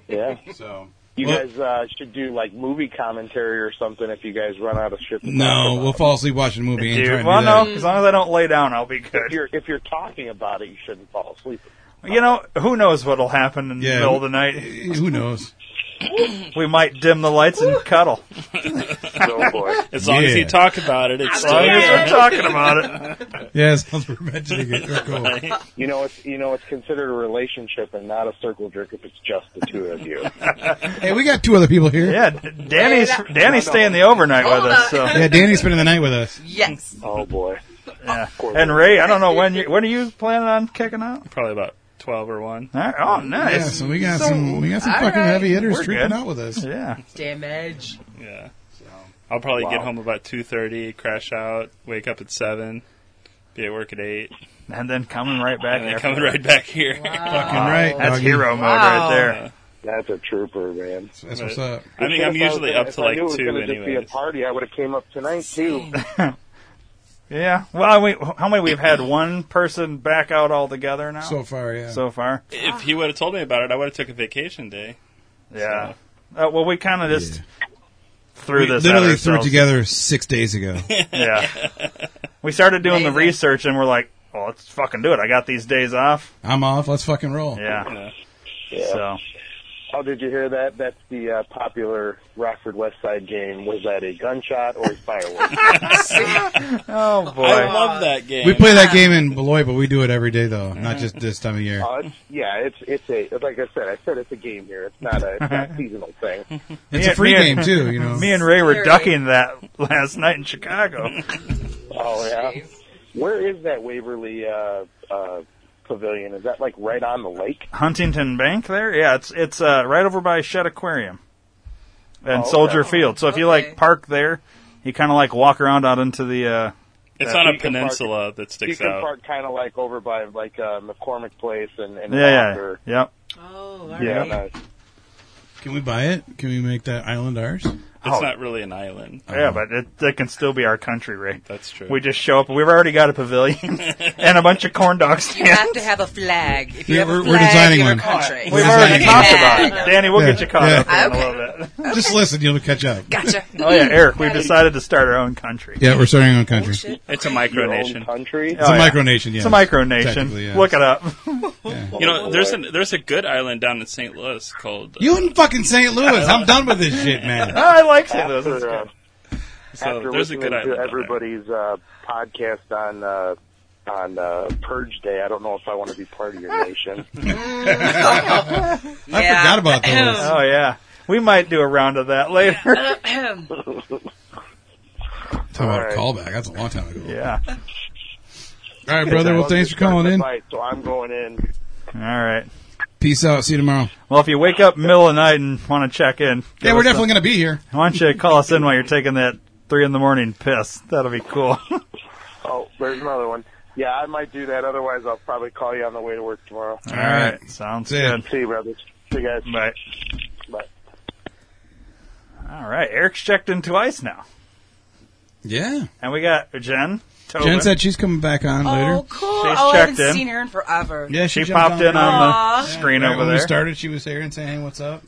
H: yeah.
E: So
H: You
E: Well-
H: guys uh, should do like movie commentary or something if you guys run out of shit. to talk
E: no,
H: about.
E: we'll fall asleep watching a movie and try
A: Dude,
E: and
A: well,
E: do that.
A: no, as long as I don't lay down, I'll be
H: If
A: good.
H: you're if you're talking about it, you shouldn't fall asleep.
A: You know, who knows what'll happen in the
E: Yeah.
A: middle of the night?
E: Eh, Who knows?
A: We might dim the lights and cuddle.
H: Oh boy.
D: As long as
E: Yeah.
D: you talk about it, it's
A: As long as
D: still
A: we're talking about it.
E: Yeah, it sounds we're mentioning it. We're cool.
H: You know, it's you know, it's considered a relationship and not a circle jerk if it's just the two of you.
E: Hey, we got two other people here.
A: Yeah, Danny's Danny's staying the overnight with us. So
E: Yeah, Danny's spending the night with us.
F: Yes.
H: oh boy.
A: yeah. And Ray, I don't know when you when are you planning on kicking out?
D: probably about twelve or one.
A: All right. Oh, nice.
E: Yeah, so we got
A: So-
E: some we got some
F: all
E: fucking
F: right,
E: heavy hitters
A: we're
E: trooping
A: good.
E: out with us.
A: Yeah.
F: Damage.
D: Yeah. I'll probably get home about two thirty, crash out, wake up at seven, be at work at eight,
A: And then coming right back.
D: and then
A: after
D: coming
A: that.
D: right back here.
F: Ah,
E: Fucking right,
A: That's
E: doggy.
A: hero mode
F: Wow.
A: right there.
H: That's a trooper, man.
E: That's what's up.
D: I think I'm
H: If I was
D: usually
H: gonna-
D: up
H: if
D: to
H: I
D: like
H: knew it was
D: two
H: gonna just be a
D: anyways.
H: party, I would have came up tonight too.
A: Yeah. Well, we, how many we've had one person back out altogether now
E: So far, yeah.
A: So far?
D: If he would have told me about it, I would have took a vacation day.
A: Yeah. Uh, well, we kind of just threw
E: we
A: this. at
E: literally threw it
A: ourselves.
E: together six days ago.
A: Yeah. we started doing the
F: Amazing.
A: research and we're like, well, let's fucking do it. I got these days off.
E: I'm off. Let's fucking roll.
A: Yeah.
D: Yeah.
H: Yeah.
A: So
H: Oh, did you hear that? That's the uh, popular Rockford West Side game. Was that a gunshot or a firework?
A: oh boy.
D: I love that game.
E: We play that game in Beloit, but we do it every day though, not just this time of year.
H: uh, it's, yeah, it's it's a it's like I said. I said it's a game here. It's not a it's not a seasonal thing.
A: Me
E: It's a free
A: and-
E: game too, you know.
A: me and Ray were
F: Scary.
A: ducking that last night in Chicago.
H: Oh yeah. Where is that Waverly uh, uh, Pavilion? Is that like right on the lake?
A: Huntington Bank there. Yeah, it's it's uh, right over by Shed Aquarium and
H: Oh,
A: Soldier
H: okay.
A: Field. So if you
F: Okay.
A: like park there, you kind of like walk around out into the. Uh,
D: It's
A: Yeah.
D: on a
H: You can park-
D: peninsula that
H: you
D: sticks
H: can
D: out.
H: park kind of like over by like uh, McCormick Place and and
A: yeah, yeah,
H: Walker.
A: yep.
F: Oh, all
H: yeah.
F: right.
H: nice.
E: Can we buy it? Can we make that island ours?
D: It's
A: Oh.
D: not really an island.
A: Yeah, but it, it can still be our country, Ray.
D: That's true.
A: We just show up. We've already got a pavilion and a bunch of corn dog
F: You
A: stands.
F: have to have a flag. If you
E: Yeah,
F: have
E: we're-
F: a
E: we're
F: flag,
E: designing
F: you're a
E: one.
F: country.
A: We've
E: Design
A: already
E: it.
A: talked about it. Danny, we'll
E: Yeah.
A: get you caught
E: Yeah.
A: up in
F: Okay.
A: a little bit.
E: Just listen, you'll catch up.
F: Gotcha.
A: Oh yeah, Eric, we've decided to start our own country.
E: Yeah, we're starting our own country. It's
F: Shit.
D: It's a
H: Your own
D: micronation.
H: country.
A: Oh,
E: a
A: yeah.
E: micronation, yeah.
A: It's a micronation.
E: Technically, yeah.
A: Look it up. Oh,
D: You know, there's a there's a good island down in St. Louis called. uh,
E: You in fucking St. Louis. I'm done with this shit, man.
A: Oh, I like St. Louis. It's
H: After, uh,
A: good.
D: so
H: after
D: there's a
H: listening
D: good island.
H: to
D: down there.
H: everybody's uh, podcast on uh, on uh, Purge Day, I don't know if I want to be part of your nation.
E: I
F: Yeah.
E: forgot about those.
A: Oh yeah, we might do a round of that later.
E: Talk about
H: All right.
E: a callback. That's a long time ago.
A: yeah.
E: All right, brother. Well, thanks for calling in.
H: Fight, so I'm going in.
A: All right.
E: Peace out. See you tomorrow.
A: Well, if you wake up middle of the night and want to check in,
E: Yeah,
A: give
E: we're
A: us a-
E: definitely going to be here.
A: Why don't you call us in while you're taking that three in the morning piss? That'll be cool.
H: Oh, there's another one. Yeah, I might do that. Otherwise, I'll probably call you on the way to work tomorrow.
A: All right. Sounds
E: See ya.
A: good.
H: See you, brothers. See you guys.
A: Bye.
H: Bye.
A: All right. Eric's checked in twice now,
E: Yeah.
A: and we got Jen. Tobin.
E: Jen said she's coming back on
F: Oh,
E: later.
F: cool.
A: She's
F: oh, I
A: checked
F: haven't
A: in.
F: seen her in forever.
E: Yeah,
A: she
E: jumped
A: popped in
F: Aw.
A: on the screen
E: Right
A: over
E: when we
A: there.
E: started, she was here and saying, "Hey, what's up?"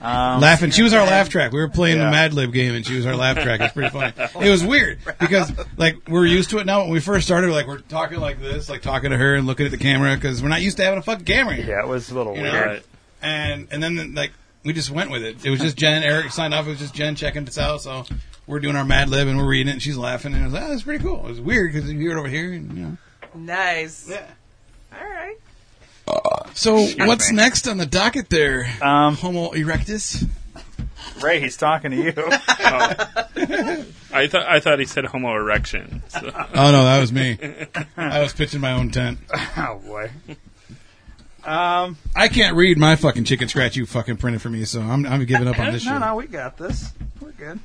A: Um,
E: laughing. She was our laugh track. We were playing
A: Yeah.
E: the Mad Lib game, and she was our laugh track. It's pretty funny. It was weird because like we're used to it now. When we first started, like we're talking like this, like talking to her and looking at the camera because we're not used to having a fucking camera. Here.
A: yeah, it was a little
E: You know,
A: weird.
D: Right.
E: And and then like we just went with it. It was just Jen, Eric signed off. It was just Jen checking us out. So we're doing our Mad Lib and we're reading it, and she's laughing, and it was ah, it's pretty cool. It was weird because you hear it over here, and you know.
F: Nice.
E: Yeah.
F: All right.
E: So what's next on the docket there?
A: Um,
E: Homo erectus.
A: Ray, he's talking to you.
D: I thought I thought he said Homo erection. So.
E: Oh no, that was me. I was pitching my own tent.
A: oh boy.
E: I can't read my fucking chicken scratch you fucking printed for me, so I'm I'm giving up on this
A: no,
E: shit.
A: no, we got this. We're good.